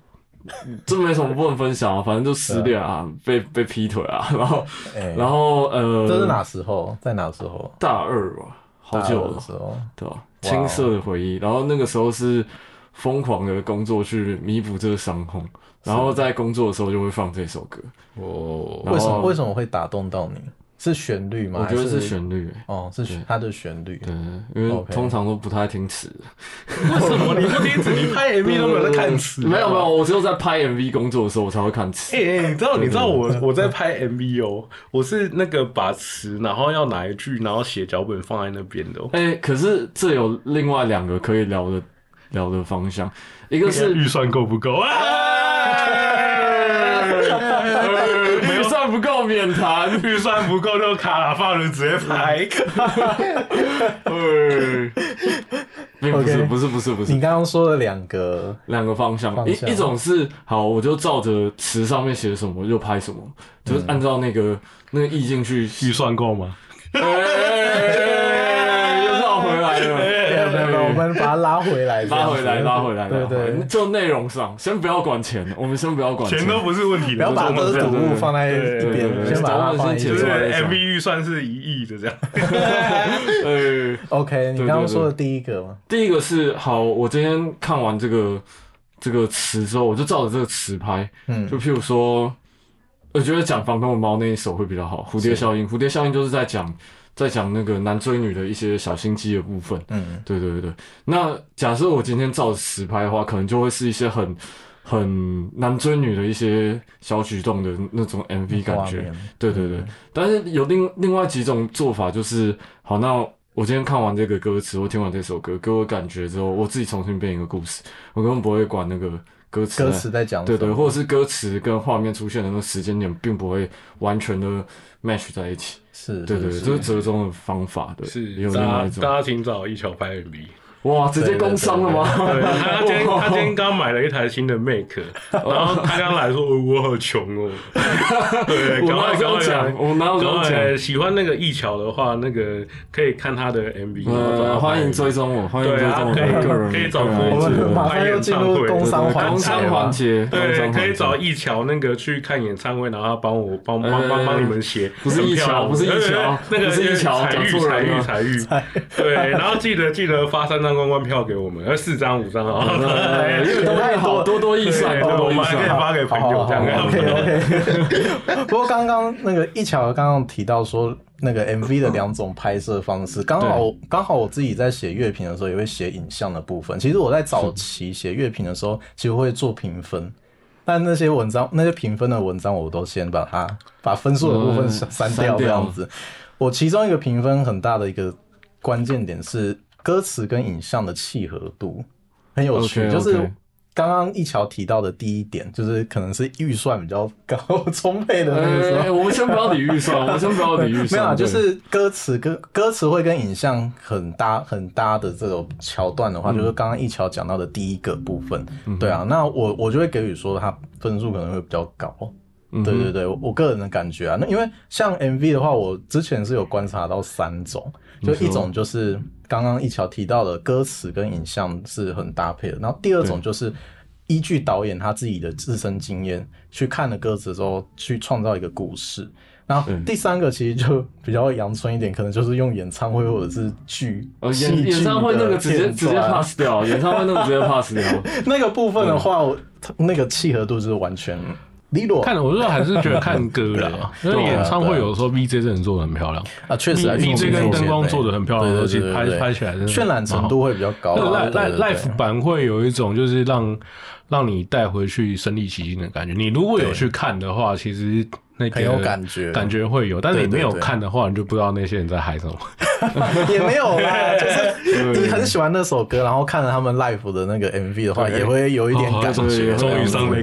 Speaker 4: 这没什么不能分享啊，反正就失恋啊，被被劈腿啊，然后
Speaker 1: 哎，
Speaker 4: 然后呃，
Speaker 1: 这是哪时候？在哪时候？
Speaker 4: 大二吧，好
Speaker 1: 大
Speaker 4: 久
Speaker 1: 二
Speaker 4: 了
Speaker 1: 的，时候，
Speaker 4: 对吧？青涩的回忆，然后那个时候是疯狂的工作去弥补这个伤痛，然后在工作的时候就会放这首歌，
Speaker 3: 哦，
Speaker 4: 然后
Speaker 1: 为什么为什么会打动到你？是旋律吗？
Speaker 4: 我觉得
Speaker 1: 还
Speaker 4: 是旋律、欸，
Speaker 1: 哦，是旋它的旋律。
Speaker 4: 对，因为
Speaker 1: OK
Speaker 4: 通常都不太听词，
Speaker 3: 为什么你不听词？你拍 MV 都没有在看词？
Speaker 4: 没有没有，我只有在拍 MV 工作的时候我才会看词
Speaker 3: 哎、，欸，你知道你知道我 我在拍 MV 哦，我是那个把词，然后要哪一句，然后写脚本放在那边的、哦。
Speaker 4: 哎、可是这有另外两个可以聊的聊的方向，一个是哎
Speaker 3: 预算够不够啊？
Speaker 4: 预 算不够 免谈，
Speaker 3: 预算不够就卡拉放了，直接拍。
Speaker 4: 呃，哎并不是
Speaker 1: OK
Speaker 4: 不是不是不
Speaker 1: 你
Speaker 4: 是
Speaker 1: 刚刚说了两个，
Speaker 4: 两个方向，
Speaker 1: 方
Speaker 4: 一
Speaker 1: 向
Speaker 4: 一种是好，我就照着词上面写什么我就拍什么，就是按照那个那个意境去
Speaker 3: 预算够吗？
Speaker 4: 哎又绕回来
Speaker 1: 没有没有，没 有我
Speaker 4: 了。
Speaker 1: 们把它拉回来，
Speaker 4: 拉回来，
Speaker 1: 这样子
Speaker 4: 拉回来，
Speaker 1: 对
Speaker 4: 拉回来
Speaker 1: 对，
Speaker 4: 就内容上，先不要管钱，我们先不要管
Speaker 5: 钱都不是问题
Speaker 1: 不
Speaker 5: 的，
Speaker 1: 要把
Speaker 5: 这
Speaker 1: 这
Speaker 5: 是
Speaker 1: 是
Speaker 5: 我
Speaker 1: 赌
Speaker 5: 们
Speaker 1: 物放在
Speaker 5: 对
Speaker 1: 一
Speaker 5: 对
Speaker 1: 边，
Speaker 4: 对
Speaker 1: 先把它放在一
Speaker 4: 早
Speaker 5: 就
Speaker 4: 晚
Speaker 5: 是
Speaker 4: 先
Speaker 1: 边。
Speaker 5: MV 预算是一亿的这样，
Speaker 4: 呃，
Speaker 1: OK，你
Speaker 4: 对
Speaker 1: 刚刚
Speaker 4: 对
Speaker 1: 说的第一个嘛，
Speaker 4: 第一个是好，我今天看完这个这个词之后，我就照着这个词拍，
Speaker 1: 嗯
Speaker 4: 就譬如说，我觉得讲《防空的猫》那一首会比较好，《蝴蝶效应》，《蝴蝶效应》就是在讲在讲那个男追女的一些小心机的部分。
Speaker 1: 嗯
Speaker 4: 对对对对，那假设我今天照实拍的话，可能就会是一些很很男追女的一些小举动的那种 MV 感
Speaker 1: 画
Speaker 4: 觉。
Speaker 1: 面嗯
Speaker 4: 对对对，但是有另另外几种做法，就是好，那我今天看完这个歌词，我听完这首歌，给我感觉之后，我自己重新编一个故事，我根本不会管那个歌词
Speaker 1: 歌
Speaker 4: 在。
Speaker 1: 词在讲
Speaker 4: 对
Speaker 1: 什
Speaker 4: 对，
Speaker 1: 么
Speaker 4: 或者是歌词跟画面出现的那个时间点，并不会完全的 match 在一起。
Speaker 1: 是，
Speaker 4: 对对，
Speaker 1: 是
Speaker 4: 对这是折中的方法。对，
Speaker 3: 是
Speaker 4: 也有另
Speaker 3: 大
Speaker 4: 外一
Speaker 3: 家
Speaker 4: 种。
Speaker 3: 大家请找一桥拍 MV，
Speaker 4: 哇，直接
Speaker 1: 对对
Speaker 4: 工伤了 吗？
Speaker 5: 对，他今天他今天刚买了一台新的 Mac，然后他刚来说，哦我好穷 哦，对，赶快赶快来
Speaker 4: 我哪有这样讲？我哪有这样
Speaker 5: 对，
Speaker 4: 讲？
Speaker 5: 喜欢那个艺桥的话，那个可以看他的 MV，
Speaker 4: 呃，欢迎追踪我，欢迎追
Speaker 5: 对啊
Speaker 4: 踪我
Speaker 5: 可以
Speaker 4: 个人，
Speaker 5: 可以找
Speaker 4: 个人
Speaker 5: 我
Speaker 1: 我
Speaker 4: 来
Speaker 5: 们
Speaker 4: 追
Speaker 1: 们
Speaker 4: 踪
Speaker 1: 马上又进入工商环
Speaker 4: 工
Speaker 1: 节了
Speaker 4: 商环节，工
Speaker 5: 对，
Speaker 4: 商
Speaker 5: 可以
Speaker 4: 环节
Speaker 5: 找艺桥那个去看演唱会，然后帮我帮帮
Speaker 4: 呃
Speaker 5: 帮帮你们写
Speaker 4: 不是
Speaker 5: 门
Speaker 4: 艺
Speaker 5: 票，
Speaker 4: 桥不是艺桥
Speaker 5: 对对对那个
Speaker 4: 不是艺桥
Speaker 5: 彩
Speaker 4: 讲
Speaker 5: 玉
Speaker 4: 错
Speaker 5: 彩
Speaker 4: 人
Speaker 5: 玉
Speaker 4: 了
Speaker 5: 彩玉，对，然后记得记得发三张公关票给我们，呃，四张五张啊，
Speaker 4: 呃越多越好，多多益善，
Speaker 5: 对，
Speaker 4: 多
Speaker 5: 我
Speaker 4: 多益
Speaker 5: 们还可以
Speaker 4: 善。哎
Speaker 5: 发给朋友这样。
Speaker 1: OK OK。不过刚刚那个一巧刚刚提到说那个 MV 的两种拍摄方式，刚好刚好我自己在写乐评的时候也会写影像的部分。其实我在早期写乐评的时候，其实会做评分。但那些文章，那些评分的文章，我都先把它把分数的部分
Speaker 4: 嗯
Speaker 1: 删
Speaker 4: 删
Speaker 1: 掉，
Speaker 4: 掉
Speaker 1: 这样子。我其中一个评分很大的一个关键点是歌词跟影像的契合度，很有趣。
Speaker 4: OK，OK
Speaker 1: 就是刚刚一桥提到的第一点，就是可能是预算比较高 充沛的那个时
Speaker 4: 呃，
Speaker 1: 候。
Speaker 4: 我们先不要理预算，我们先不要理预
Speaker 1: 没有啊，
Speaker 4: 算，
Speaker 1: 就
Speaker 4: 对
Speaker 1: 是歌词跟歌词会跟影像很搭很搭的这种桥段的话，
Speaker 4: 嗯
Speaker 1: 就是刚刚一桥讲到的第一个部分，对啊，那我我就会给予说它分数可能会比较高，
Speaker 4: 嗯
Speaker 1: 对对对，我我个人的感觉啊，那因为像 MV 的话，我之前是有观察到三种，就
Speaker 4: 你说
Speaker 1: 一种就是刚刚一桥提到的歌词跟影像是很搭配的，然后第二种就是依据导演他自己的自身经验去看了歌词之后去创造一个故事。然后
Speaker 4: 嗯
Speaker 1: 第三个其实就比较阳春一点，可能就是用演唱会或者是剧，
Speaker 4: 呃
Speaker 1: 戏剧
Speaker 4: 演演唱会那个直接
Speaker 1: 的片
Speaker 4: 直接
Speaker 1: 段啊
Speaker 4: pass 掉，演唱会那个直接 pass 掉。
Speaker 1: 那个部分的话，我它那个契合度就是完全利落
Speaker 3: 看了我就还是觉得看歌啦，因为演唱会有时候 VJ 真的做的很漂亮
Speaker 1: 啊，确实啊
Speaker 3: ，VJ
Speaker 1: 这种
Speaker 3: 跟
Speaker 1: 东西
Speaker 3: 灯光
Speaker 1: 对
Speaker 3: 做的很漂亮，
Speaker 1: 对
Speaker 3: 而
Speaker 1: 对
Speaker 3: 且
Speaker 1: 对
Speaker 3: 拍
Speaker 1: 对对
Speaker 3: 拍起来真的哦
Speaker 1: 渲染程度会比较高
Speaker 3: 那
Speaker 1: 啊。
Speaker 3: 个 live
Speaker 1: 对
Speaker 3: live
Speaker 1: 对
Speaker 3: live
Speaker 1: 对
Speaker 3: 版会有一种就是让让你带回去身临其境的感觉。你如果有
Speaker 1: 对
Speaker 3: 去看的话，其实那个
Speaker 1: 很有感觉
Speaker 3: 感觉会有。但是
Speaker 1: 对
Speaker 3: 你没有
Speaker 1: 对对
Speaker 3: 看的话，你就不知道那些人在嗨什么。
Speaker 1: 也没有啦， 就是你很喜欢那首歌，然后看了他们 live 的那个 MV 的话，
Speaker 3: 对
Speaker 1: 也会有一点感
Speaker 3: 哦
Speaker 1: 觉。
Speaker 3: 终于
Speaker 1: 这
Speaker 3: 上
Speaker 1: 样子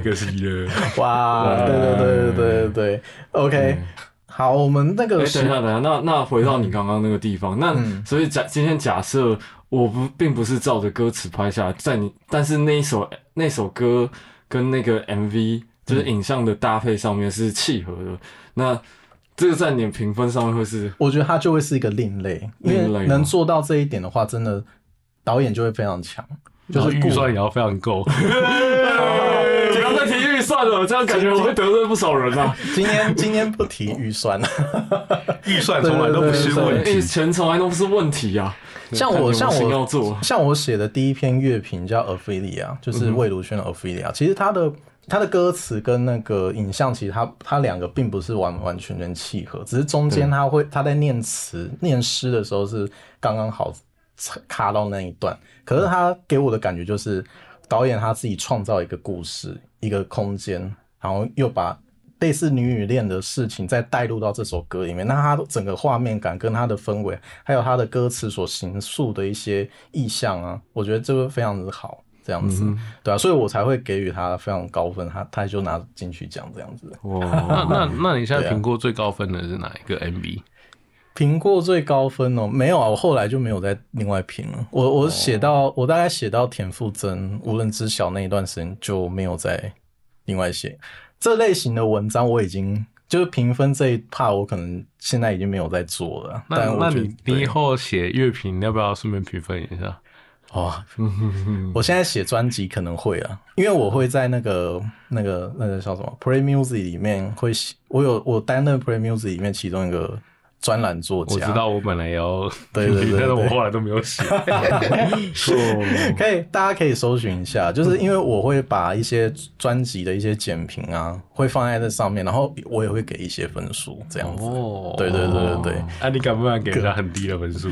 Speaker 3: Legacy 了。
Speaker 1: 哇，对对对对对对对，OK，好，
Speaker 3: 嗯
Speaker 1: 我们那
Speaker 4: 哎，
Speaker 1: 个
Speaker 4: 等一下，等一下，那那回到你刚刚那个地方，那
Speaker 1: 嗯
Speaker 4: 所以假今天假设我不并不是照着歌词拍下来，在你但是那一首那首歌跟那个 MV 就是影像的搭配上面是契合的，那这个在你的评分上面会是
Speaker 1: 我觉得它就会是一个另类，因
Speaker 4: 另类
Speaker 1: 为
Speaker 4: 吗
Speaker 1: 能做到这一点的话，真的导演就会非常强，
Speaker 3: 就
Speaker 1: 就是
Speaker 3: 是
Speaker 1: 顾
Speaker 3: 预算也要非常够，
Speaker 4: 不要再提预算了，这样感觉我会得罪不少人啊！
Speaker 1: 今天今天不提预算，
Speaker 5: 预算从来都不是问
Speaker 4: 因为
Speaker 5: 题，
Speaker 4: 哎钱从来都不是问题啊。
Speaker 1: 像
Speaker 4: 看你
Speaker 1: 我
Speaker 4: 有
Speaker 1: 像
Speaker 4: 心要
Speaker 1: 我
Speaker 4: 做，
Speaker 1: 像我写的第一篇乐评叫《Ophelia》，就是魏如萱的《Ophelia》。其实它的它的歌词跟那个影像，其实它它两个并不是完完全全契合，只是中间他会他在念词念诗的时候是刚刚好卡到那一段。可是他给我的感觉就是导演他自己创造一个故事，一个空间，然后又把类似女女恋的事情再带入到这首歌里面，那它整个画面感跟它的氛围，还有它的歌词所形塑的一些意象啊，我觉得这个非常的好，这样子，
Speaker 6: 嗯
Speaker 1: 对啊，所以我才会给予他非常高分，他他就拿金曲奖这样子。
Speaker 4: 哇，
Speaker 3: 那那那你现在
Speaker 1: 对啊
Speaker 3: 评过最高分的是哪一个 MV？
Speaker 1: 评过最高分哦，没有啊，我后来就没有再另外评了。我
Speaker 6: 哦
Speaker 1: 我写到、我大概写到田馥甄无人知晓那一段时间就没有再另外写这类型的文章。我已经就是评分这一 part，我可能现在已经没有在做了。
Speaker 6: 那
Speaker 1: 但我
Speaker 6: 那
Speaker 1: 觉得
Speaker 6: 你你
Speaker 1: 对
Speaker 6: 以后写乐评，要不要顺便评分一下？
Speaker 1: 哦，我现在写专辑可能会啊，因为我会在那个那个那个叫什么 Play Music 里面会写，我有我担任 Play Music 里面其中一个专栏作家，
Speaker 6: 我知道我本来也要
Speaker 1: 对对对对
Speaker 6: 但是我后来都没有 写。
Speaker 4: 错，
Speaker 1: 可以，大家可以搜寻一下，就是因为我会把一些专辑的一些简评啊，会放在这上面，然后我也会给一些分数，这样子。
Speaker 6: 哦
Speaker 1: 对对对对对，
Speaker 6: 啊，你敢不敢给人家很低的分数？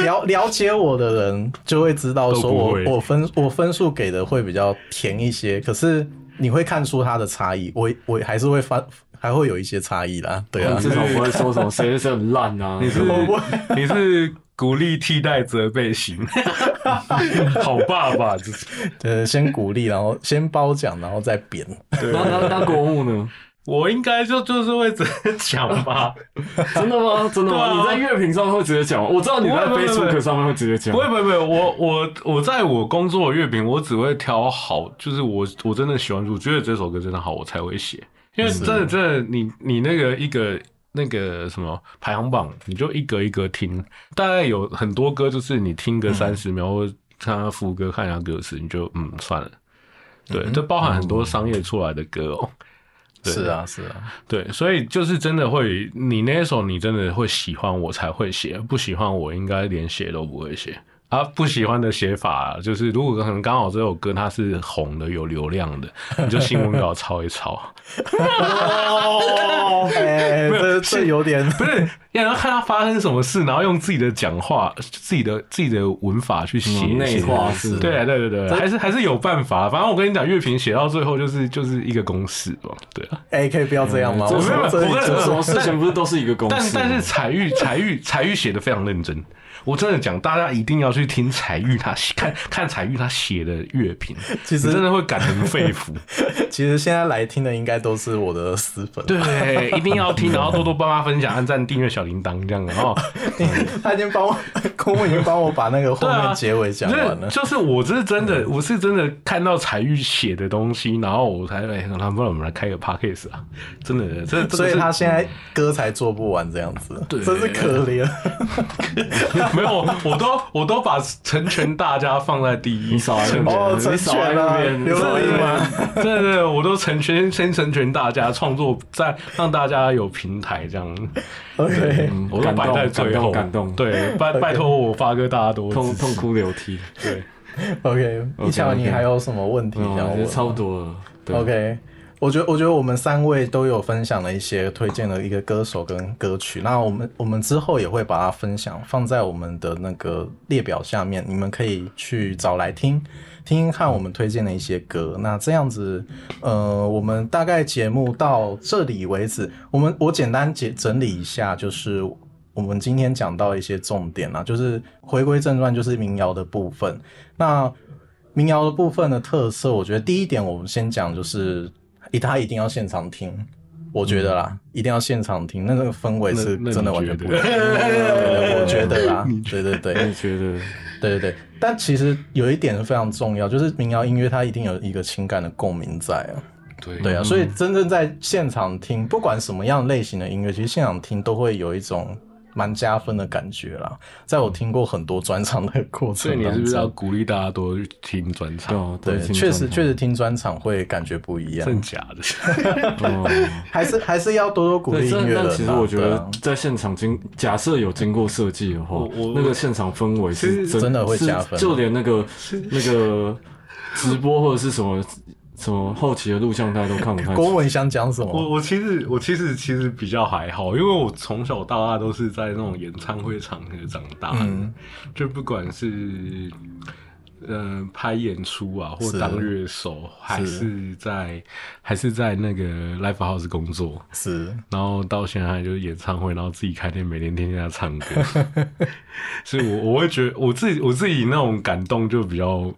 Speaker 1: 了了解我的人就会知道，说
Speaker 6: 都不
Speaker 1: 我
Speaker 6: 会
Speaker 1: 我分我分数给的会比较甜一些，可是你会看出它的差异，我我还是会发还会有一些差异啦，对
Speaker 3: 哦
Speaker 1: 啊
Speaker 4: 至，少不会说什么谁谁谁很烂啊。
Speaker 3: 你是你是鼓励替代责备 型，好爸爸，这是
Speaker 1: 呃，先鼓励，然后先褒奖，然后再贬，
Speaker 4: 那那那国木呢？
Speaker 3: 我应该就就是会这样讲吧，
Speaker 4: 真的吗？真
Speaker 3: 对
Speaker 4: 的吗？
Speaker 3: 啊
Speaker 4: 你在乐评上会直接讲吗，我知道你在
Speaker 3: 不会不会不会
Speaker 4: Facebook 上面会直接讲
Speaker 3: 不。会不会不会，我我我在我工作的月饼，我只会挑好，就是我我真的喜欢，我觉得这首歌真的好，我才会写。因为真的
Speaker 1: 嗯
Speaker 3: 真的，你你那个一个那个什么排行榜，你就一个一个听，大概有很多歌就是你听
Speaker 1: 嗯
Speaker 3: 个三十秒，或者看下副歌，看一下歌词，你就嗯算了。对，这包含很多商业出来的歌哦、
Speaker 1: 嗯
Speaker 3: 对
Speaker 1: 是啊是啊，
Speaker 3: 对，所以就是真的会，你那一首你真的会喜欢，我才会写；不喜欢我应该连写都不会写啊。不喜欢的写法、啊就是，如果可能刚好这首歌它是红的、有流量的，你就新闻稿抄一 抄。
Speaker 1: 哦，哎，这这有点
Speaker 3: 不是，你要看他发生什么事，然后用自己的讲话、自己的自己的文法去写
Speaker 4: 嗯内化是
Speaker 3: 对啊对对对，还是还是有办法。反正我跟你讲，乐评写到最后就是就是一个公式吧，对啊。
Speaker 1: 哎，可以不要这样吗？
Speaker 4: 这
Speaker 1: 我
Speaker 4: 什
Speaker 3: 嗯没
Speaker 4: 么
Speaker 3: 有
Speaker 1: 这
Speaker 3: 我跟你
Speaker 4: 这
Speaker 1: 这
Speaker 4: 什么事情不是都是一个公
Speaker 3: 但
Speaker 4: 司？
Speaker 1: 啊
Speaker 3: 但是彩玉 彩玉彩玉写的非常认真，我真的讲，大家一定要去听彩玉他看看彩玉他写的乐评，
Speaker 1: 其实
Speaker 3: 你真的会感人 肺腑。
Speaker 1: 其实现在来听的应该都是我的死粉，
Speaker 3: 对，一定要听，然后多多帮他分享、按赞、订阅、小铃铛这样，然哦后
Speaker 1: 他已经帮我，公文已经 帮我把那个后
Speaker 3: 对啊
Speaker 1: 面结尾讲完了。
Speaker 3: 就是就是我是真的，我是真的看到彩玉写的东西，然后我才哎，那不然我们来开个 podcast 啊，真的，这这
Speaker 1: 所以
Speaker 3: 这
Speaker 1: 他现在歌才做不完这样子，
Speaker 3: 对
Speaker 1: 真是可怜。
Speaker 3: 没有，我都我都把成全大家放在第一，
Speaker 4: 你少来那边，
Speaker 1: 哦
Speaker 4: 你少来那
Speaker 1: 成全了
Speaker 4: 边，
Speaker 1: 刘若英吗
Speaker 3: 对对对，我都成全先成全大家创作，再让大家有平台这样，
Speaker 1: OK，
Speaker 4: 嗯
Speaker 3: 我都摆在最后。
Speaker 4: 感动，感动，
Speaker 3: 对，拜拜托我发哥，大家多
Speaker 4: 痛
Speaker 3: 支持
Speaker 4: 痛哭流涕。
Speaker 3: 对，
Speaker 1: OK，一桥，
Speaker 4: OK，OK
Speaker 1: 你还有什么问题
Speaker 4: 嗯，
Speaker 1: 想
Speaker 4: 我觉得
Speaker 1: 问
Speaker 4: 差不多了。对
Speaker 1: ？OK，我觉得我觉得我们三位都有分享了一些推荐的一个歌手跟歌曲，那我们我们之后也会把它分享放在我们的那个列表下面，你们可以去找来听。听听看我们推荐的一些歌。那这样子，呃，我们大概节目到这里为止，我们我简单解整理一下，就是我们今天讲到一些重点啦，就是回归正传，就是民谣的部分。那民谣的部分的特色，我觉得第一点，我们先讲就是，一它一定要现场听。我觉得啦，一定要现场听，那那个氛围
Speaker 3: 嗯那
Speaker 1: 是
Speaker 3: 那你
Speaker 1: 真的完全
Speaker 3: 觉
Speaker 1: 不
Speaker 3: 得
Speaker 1: 一样。 对我觉得啦，对对对，
Speaker 4: 你觉得
Speaker 1: 对对对，但其实有一点是非常重要，就是民谣音乐它一定有一个情感的共鸣在啊。
Speaker 3: 对嗯
Speaker 1: 对啊，所以真正在现场听，不管什么样类型的音乐，其实现场听都会有一种蛮加分的感觉啦。在我听过很多专场的过
Speaker 3: 所以
Speaker 1: 程
Speaker 3: 你
Speaker 1: 当
Speaker 3: 是
Speaker 1: 中，
Speaker 3: 不是要鼓励大家多去听专
Speaker 4: 对
Speaker 3: 场？
Speaker 4: 啊？
Speaker 1: 对，
Speaker 4: 对，
Speaker 1: 确实确
Speaker 4: 实，
Speaker 1: 实听专场会感觉不一样，
Speaker 3: 真假的？
Speaker 4: 哦
Speaker 1: 还是还是要多多鼓
Speaker 4: 对，
Speaker 1: 励音乐人
Speaker 4: 但但
Speaker 1: 啊。
Speaker 4: 其实我觉
Speaker 1: 对
Speaker 4: 得
Speaker 1: 啊
Speaker 4: 在现场经，假设有经过设计的话
Speaker 3: 我我，
Speaker 4: 那个现场氛围是
Speaker 1: 实真的会
Speaker 4: 是
Speaker 1: 加分啊
Speaker 4: 就连那个那个直播或者是什么什么后期的录像带都看不太
Speaker 1: 郭
Speaker 4: 出。
Speaker 1: 文想讲什
Speaker 3: 嗯我
Speaker 1: 么？
Speaker 3: 我其实我其实其实比较还好，因为我从小到大都是在那种演唱会场合长大的，
Speaker 1: 嗯
Speaker 3: 就不管是呃拍演出啊，或
Speaker 1: 是
Speaker 3: 当乐手，还
Speaker 1: 是
Speaker 3: 是在还是在那个 l i v e house 工作，
Speaker 1: 是
Speaker 3: 然后到现在就是演唱会，然后自己开店，每天天天在 唱歌，所以我我会觉得我自己我自己那种感动就比较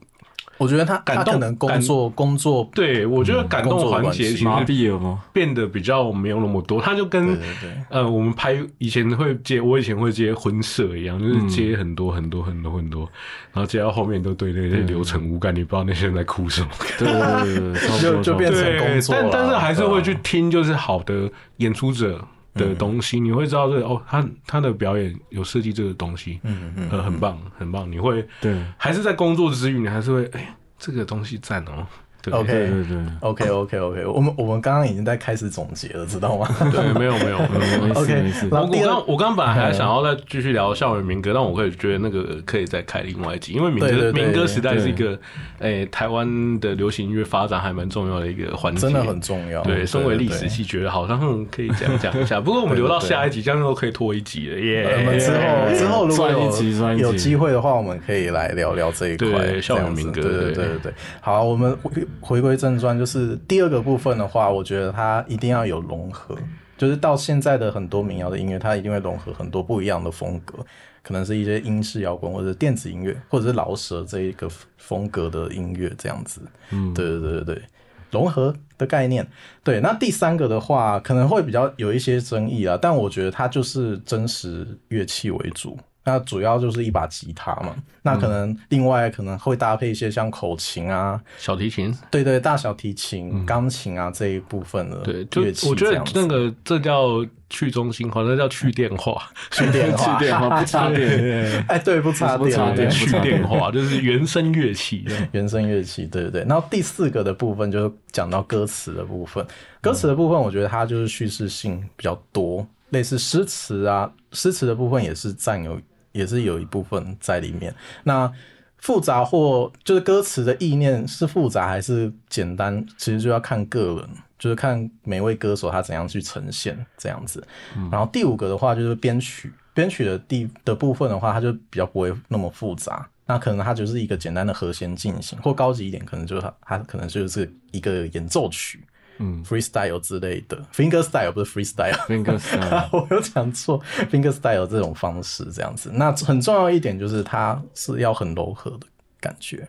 Speaker 1: 我觉得他
Speaker 3: 感
Speaker 1: 他可
Speaker 3: 动
Speaker 1: 能工
Speaker 3: 感
Speaker 1: 作工作
Speaker 3: 对，我觉得感
Speaker 1: 工
Speaker 3: 动
Speaker 1: 作的
Speaker 3: 环
Speaker 1: 关
Speaker 3: 节
Speaker 1: 系
Speaker 3: 其实
Speaker 4: 麻痹了吗？
Speaker 3: 变得比较没有那么多，他就跟
Speaker 1: 对对对
Speaker 3: 呃我们拍以前会接，我以前会接婚摄一样，就是接很多很多很多很多，然后接到后面都对那些流程无感，你不知道那些人在 哭什么。
Speaker 4: 对对对对，差不
Speaker 1: 就
Speaker 4: 多差 不
Speaker 1: 就
Speaker 4: 多
Speaker 1: 变成工
Speaker 3: 对，
Speaker 1: 作
Speaker 3: 但
Speaker 1: 啦
Speaker 3: 但是还是
Speaker 1: 对啊
Speaker 3: 会去听，就是好的演出者的东西，你会知道这个哦，他他的表演有设计这个东西，
Speaker 1: 嗯嗯
Speaker 3: 呃，很棒很棒，你会
Speaker 4: 对
Speaker 3: 还是在工作之余，你还是会哎这个东西赞哦，对
Speaker 4: 对
Speaker 1: OK
Speaker 4: 对对，
Speaker 1: OK OK OK，我们我们刚刚已经在开始总结了，知道吗？
Speaker 3: 对，没有没有没有。
Speaker 4: 没事
Speaker 1: OK，
Speaker 4: 没事。
Speaker 1: 然后
Speaker 3: 哦我我
Speaker 1: 第二
Speaker 3: 刚我刚本来还想要再继续聊校园民歌，但我可以觉得那个可以再开另外一集，因为民
Speaker 1: 对对
Speaker 3: 歌
Speaker 1: 对
Speaker 3: 民歌时代是一个，诶，台湾的流行音乐发展还蛮重要的一个环节，
Speaker 1: 真的很重要。
Speaker 3: 嗯对，身为历史系，觉得好像嗯可以讲讲一下。 不过我们留到下一集，这样又可以拖一集了
Speaker 1: 对，我们之
Speaker 3: 耶。
Speaker 1: 后之后如果
Speaker 4: 算一集算
Speaker 1: 有
Speaker 4: 一
Speaker 1: 有
Speaker 4: 集
Speaker 1: 机会的话，我们可以来聊聊这一块。
Speaker 3: 对
Speaker 1: 这
Speaker 3: 校
Speaker 1: 样
Speaker 3: 园
Speaker 1: 子
Speaker 3: 民歌
Speaker 1: 对对
Speaker 3: 对
Speaker 1: 对对对。好，我们回回归正传，就是第二个部分的话，我觉得它一定要有融合，就是到现在的很多民谣的音乐，它一定会融合很多不一样的风格。可能是一些英式摇滚，或者是电子音乐，或者是饶舌这一个风格的音乐这样子。嗯，对对对对对，融合的概念。对，那第三个的话，可能会比较有一些争议啊，但我觉得它就是真实乐器为主。那主要就是一把吉他嘛，那
Speaker 3: 嗯
Speaker 1: 可能另外可能会搭配一些像口琴啊，
Speaker 3: 小提琴，
Speaker 1: 对对，大小提琴、钢琴啊这一部分的
Speaker 3: 嗯对，就
Speaker 1: 乐器
Speaker 3: 我觉
Speaker 1: 呃这
Speaker 3: 得
Speaker 1: 样子
Speaker 3: 那个这叫去中心化，那叫去电化，
Speaker 1: 去电话，
Speaker 4: 去电话 不插
Speaker 1: 对， 哎，对，不插
Speaker 4: 不
Speaker 1: 电，
Speaker 4: 插
Speaker 1: 对
Speaker 4: 电
Speaker 3: 去电化 就是原声乐器 这样。
Speaker 1: 原声乐器，对对对。然后第四个的部分就是讲到歌词的部分，歌词的部分我觉得它就是叙事性比较多，类似诗词啊，诗词的部分也是占有，也是有一部分在里面。那复杂或就是歌词的意念是复杂还是简单，其实就要看个人，就是看每位歌手他怎样去呈现这样子。然后第五个的话就是编曲，编曲的地的部分的话，它就比较不会那么复杂。那可能它就是一个简单的和弦进行，或高级一点，可能就是它它可能就是一个演奏曲，
Speaker 4: 嗯
Speaker 1: ，freestyle 之类的，finger style 不是 freestyle，
Speaker 4: ，finger style，
Speaker 1: 我有讲错，finger style 这种方式这样子。那很重要一点就是它是要很柔和的感觉，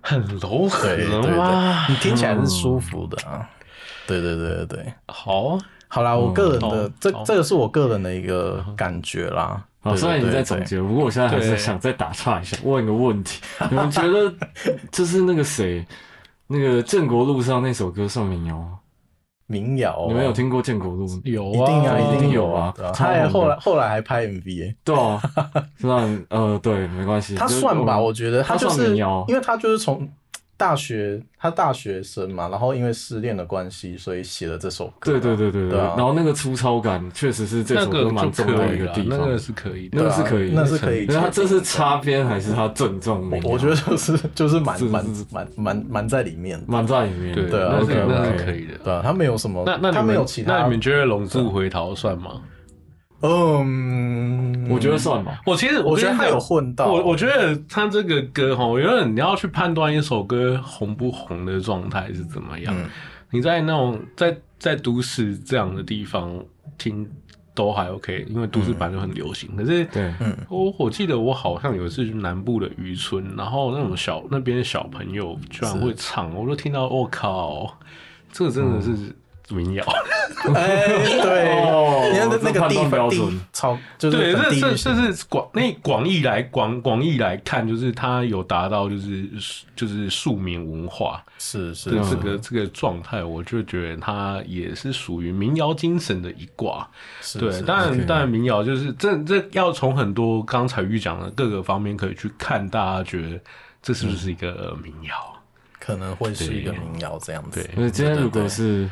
Speaker 3: 很柔和
Speaker 1: 对对
Speaker 3: 吗
Speaker 1: 对，？你听起来是舒服的
Speaker 4: 哦
Speaker 1: 啊。对对对对对，
Speaker 3: 好，
Speaker 1: 好
Speaker 4: 嗯
Speaker 1: 啦，我个人的、
Speaker 3: 懂
Speaker 1: 这
Speaker 3: 懂
Speaker 1: 这个是我个人的一个感觉啦。
Speaker 4: 好，
Speaker 1: 对
Speaker 4: 虽然已经在总，结了，不过我现在还是
Speaker 3: 对
Speaker 4: 想再打岔一下，问一个 问题：你们觉得就是那个谁，那个建国路上那首歌算民谣吗？
Speaker 1: 对民谣、啊
Speaker 4: 你们有？听过建国路吗？
Speaker 3: 有
Speaker 1: 一定啊，一定有
Speaker 4: 有啊
Speaker 1: 对
Speaker 4: 超
Speaker 1: 他还后
Speaker 4: 红的
Speaker 1: 来后来还拍 MV 耶
Speaker 4: 对啊，算呃对，没关 系。
Speaker 1: 他
Speaker 4: 就是
Speaker 1: 算吧，
Speaker 4: 们
Speaker 1: 我觉得
Speaker 4: 他
Speaker 1: 就
Speaker 4: 算
Speaker 1: 是
Speaker 4: 民谣，
Speaker 1: 因为他就是从大学他大学生嘛，然后因为失恋的关系，所以写了这首歌。
Speaker 4: 对对对对
Speaker 1: 对
Speaker 4: 对。
Speaker 1: 啊
Speaker 4: 然后那个粗糙感确实是这
Speaker 3: 那
Speaker 4: 首
Speaker 3: 个
Speaker 4: 歌
Speaker 3: 就
Speaker 4: 蛮重要
Speaker 3: 可
Speaker 4: 的
Speaker 3: 以
Speaker 4: 一个
Speaker 3: 了
Speaker 4: 地，
Speaker 3: 那
Speaker 4: 方。
Speaker 3: 个是可以
Speaker 4: 那
Speaker 3: 的。
Speaker 4: 个是可以，
Speaker 1: 啊那是可以
Speaker 4: 那他这是擦边还是他正中啊民谣？
Speaker 1: 我我觉得就是 就是蛮
Speaker 4: 是
Speaker 1: 蛮
Speaker 4: 是
Speaker 1: 蛮蛮蛮在里面的，
Speaker 4: 蛮在里面的。
Speaker 3: 对，
Speaker 1: 对啊
Speaker 3: 那是
Speaker 1: OK，OK
Speaker 3: 那是可以的。
Speaker 1: 对啊，他没有什么，
Speaker 3: 那那
Speaker 1: 他
Speaker 3: 你
Speaker 1: 没
Speaker 3: 们
Speaker 1: 有其
Speaker 3: 那
Speaker 1: 他啊
Speaker 3: 你，们觉得《龙珠回逃》算吗？
Speaker 1: 嗯，
Speaker 4: 我觉得算吧。
Speaker 3: 我其实
Speaker 1: 我觉得
Speaker 3: 他
Speaker 1: 他有混到，
Speaker 3: 我我觉得他这个歌吼，有点你要去判断一首歌红不红的状态是怎么
Speaker 1: 嗯
Speaker 3: 样。 你在那种在在都市这样的地方听都还 OK，因为都
Speaker 1: 嗯
Speaker 3: 市版就很流行。可是
Speaker 4: 对，
Speaker 3: 我我记得我好像有一次去南部的渔村，然后那种小那边的小朋友居然会唱，我都听到我、靠，这个真的
Speaker 1: 嗯
Speaker 3: 是民谣。
Speaker 1: 哎，
Speaker 4: 哦
Speaker 1: 对，因为那
Speaker 4: 这
Speaker 1: 个
Speaker 4: 判
Speaker 1: 地方
Speaker 4: 断标
Speaker 1: 地
Speaker 4: 准
Speaker 1: 超就是
Speaker 3: 对，
Speaker 1: 很
Speaker 3: 这
Speaker 1: 地域
Speaker 3: 这
Speaker 1: 性
Speaker 3: 这是广那广义来广广义来看，就是它有达到就是就是庶民文化
Speaker 1: 是是
Speaker 3: 的
Speaker 4: 啊
Speaker 3: 这个
Speaker 1: 嗯
Speaker 3: 这个状态，我就觉得它也是属于民谣精神的一挂。
Speaker 1: 是
Speaker 3: 对
Speaker 1: 是，
Speaker 3: 当
Speaker 4: ，OK
Speaker 3: 然当然民谣就是这这要从很多刚才玉讲的各个方面可以去看，大家觉得这是不是一个呃民谣？
Speaker 1: 可能会是一个民谣这样子。
Speaker 4: 所以今天如
Speaker 1: 对
Speaker 4: 果是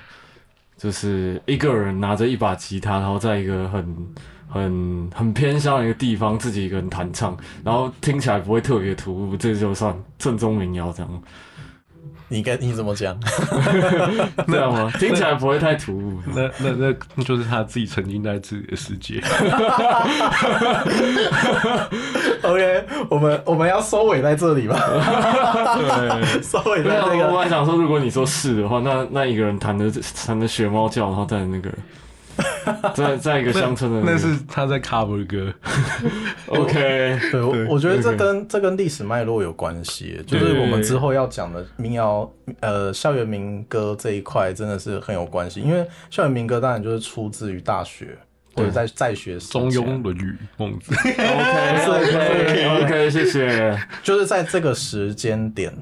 Speaker 4: 就是一个人拿着一把吉他，然后在一个很很很偏乡的一个地方自己一个人弹唱，然后听起来不会特别突兀，这就算正宗民谣这 样，
Speaker 1: 你该你怎么讲？
Speaker 4: 这样吗？听起来不会太突兀。
Speaker 3: 那那那就是他自己沉浸在自己的世界。
Speaker 1: OK，我们我们要收尾在这里吧。 收 尾
Speaker 4: 对
Speaker 1: 在
Speaker 4: 啊，
Speaker 1: 这个
Speaker 4: 我还想说，如果你说是的话，那那一个人弹的弹的学猫叫，然后在那个在在一个乡村的
Speaker 5: 那是他在 cover 歌，
Speaker 4: OK，
Speaker 1: 对，我
Speaker 5: 对
Speaker 1: 我觉得这
Speaker 4: 对
Speaker 1: 跟这跟历史脉络有关系，就
Speaker 5: 对
Speaker 1: 是
Speaker 5: 对
Speaker 1: 我们
Speaker 5: 对
Speaker 1: 之后要讲的民谣，呃，校园民歌这一块真的是很有关系，因为校园民歌当然就是出自于大学或者在在学时啊
Speaker 5: 中
Speaker 1: 间
Speaker 5: 庸、论语、孟子，
Speaker 4: OK OK，谢谢。
Speaker 1: 就是在这个时间点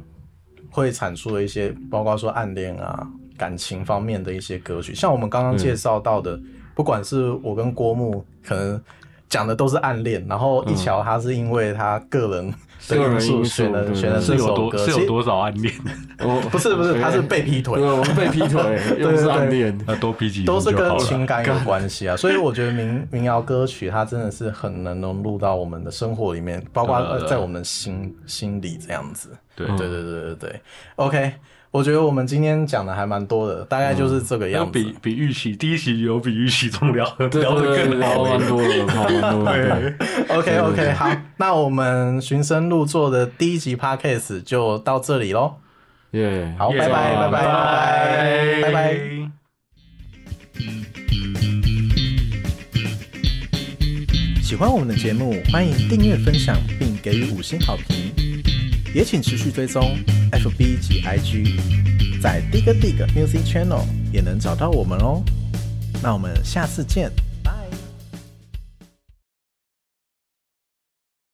Speaker 1: 会产出的一些，包括说暗恋啊、感情方面的一些歌曲，像我们刚刚介绍到的，不管是我跟郭牧可能讲的都是暗恋，然后一乔他是因为他个人的
Speaker 4: 个人
Speaker 1: 因素
Speaker 4: 因素
Speaker 1: 选的
Speaker 4: 对对
Speaker 1: 选的
Speaker 4: 对
Speaker 5: 是
Speaker 1: 这
Speaker 5: 有
Speaker 1: 首
Speaker 5: 多
Speaker 1: 歌，
Speaker 5: 是
Speaker 1: 其
Speaker 5: 有
Speaker 1: 实
Speaker 5: 多少暗恋？
Speaker 4: 我
Speaker 1: 不是不是，他是被劈腿
Speaker 4: 对，。我们被劈腿， 又不是暗恋。
Speaker 5: 那多逼几
Speaker 1: 都是
Speaker 5: 分就好
Speaker 1: 跟
Speaker 5: 了。
Speaker 1: 情感有关系啊，所以我觉得民民谣歌曲它真的是很能融入到我们的生活里面，包括
Speaker 5: 对对啊
Speaker 1: 呃
Speaker 5: 对
Speaker 1: 在我们的心心里这样子。
Speaker 5: 对
Speaker 1: 对对对对对，OK，我觉得我们今天讲的还蛮多的，大概就是这个
Speaker 5: 要
Speaker 1: 样子。
Speaker 5: 比比预期，第一期有比预期中聊
Speaker 4: 对
Speaker 5: 聊得更
Speaker 4: 聊
Speaker 5: 好
Speaker 4: 蛮
Speaker 5: 欸。
Speaker 4: 多了，聊蛮多了。对
Speaker 1: OK
Speaker 4: 对
Speaker 1: OK，
Speaker 4: 对
Speaker 1: 好，那我们寻声入座的第一集 Podcast 就到这里喽。
Speaker 4: 耶，
Speaker 1: 好，拜拜
Speaker 4: 啊
Speaker 1: 拜拜拜拜拜拜。喜欢我们的节目，欢迎订阅、分享，并给予五星好评。也请持续追踪 FB 及 IG，在 Dig Dig Music Channel 也能找到我们哦。那我们下次见，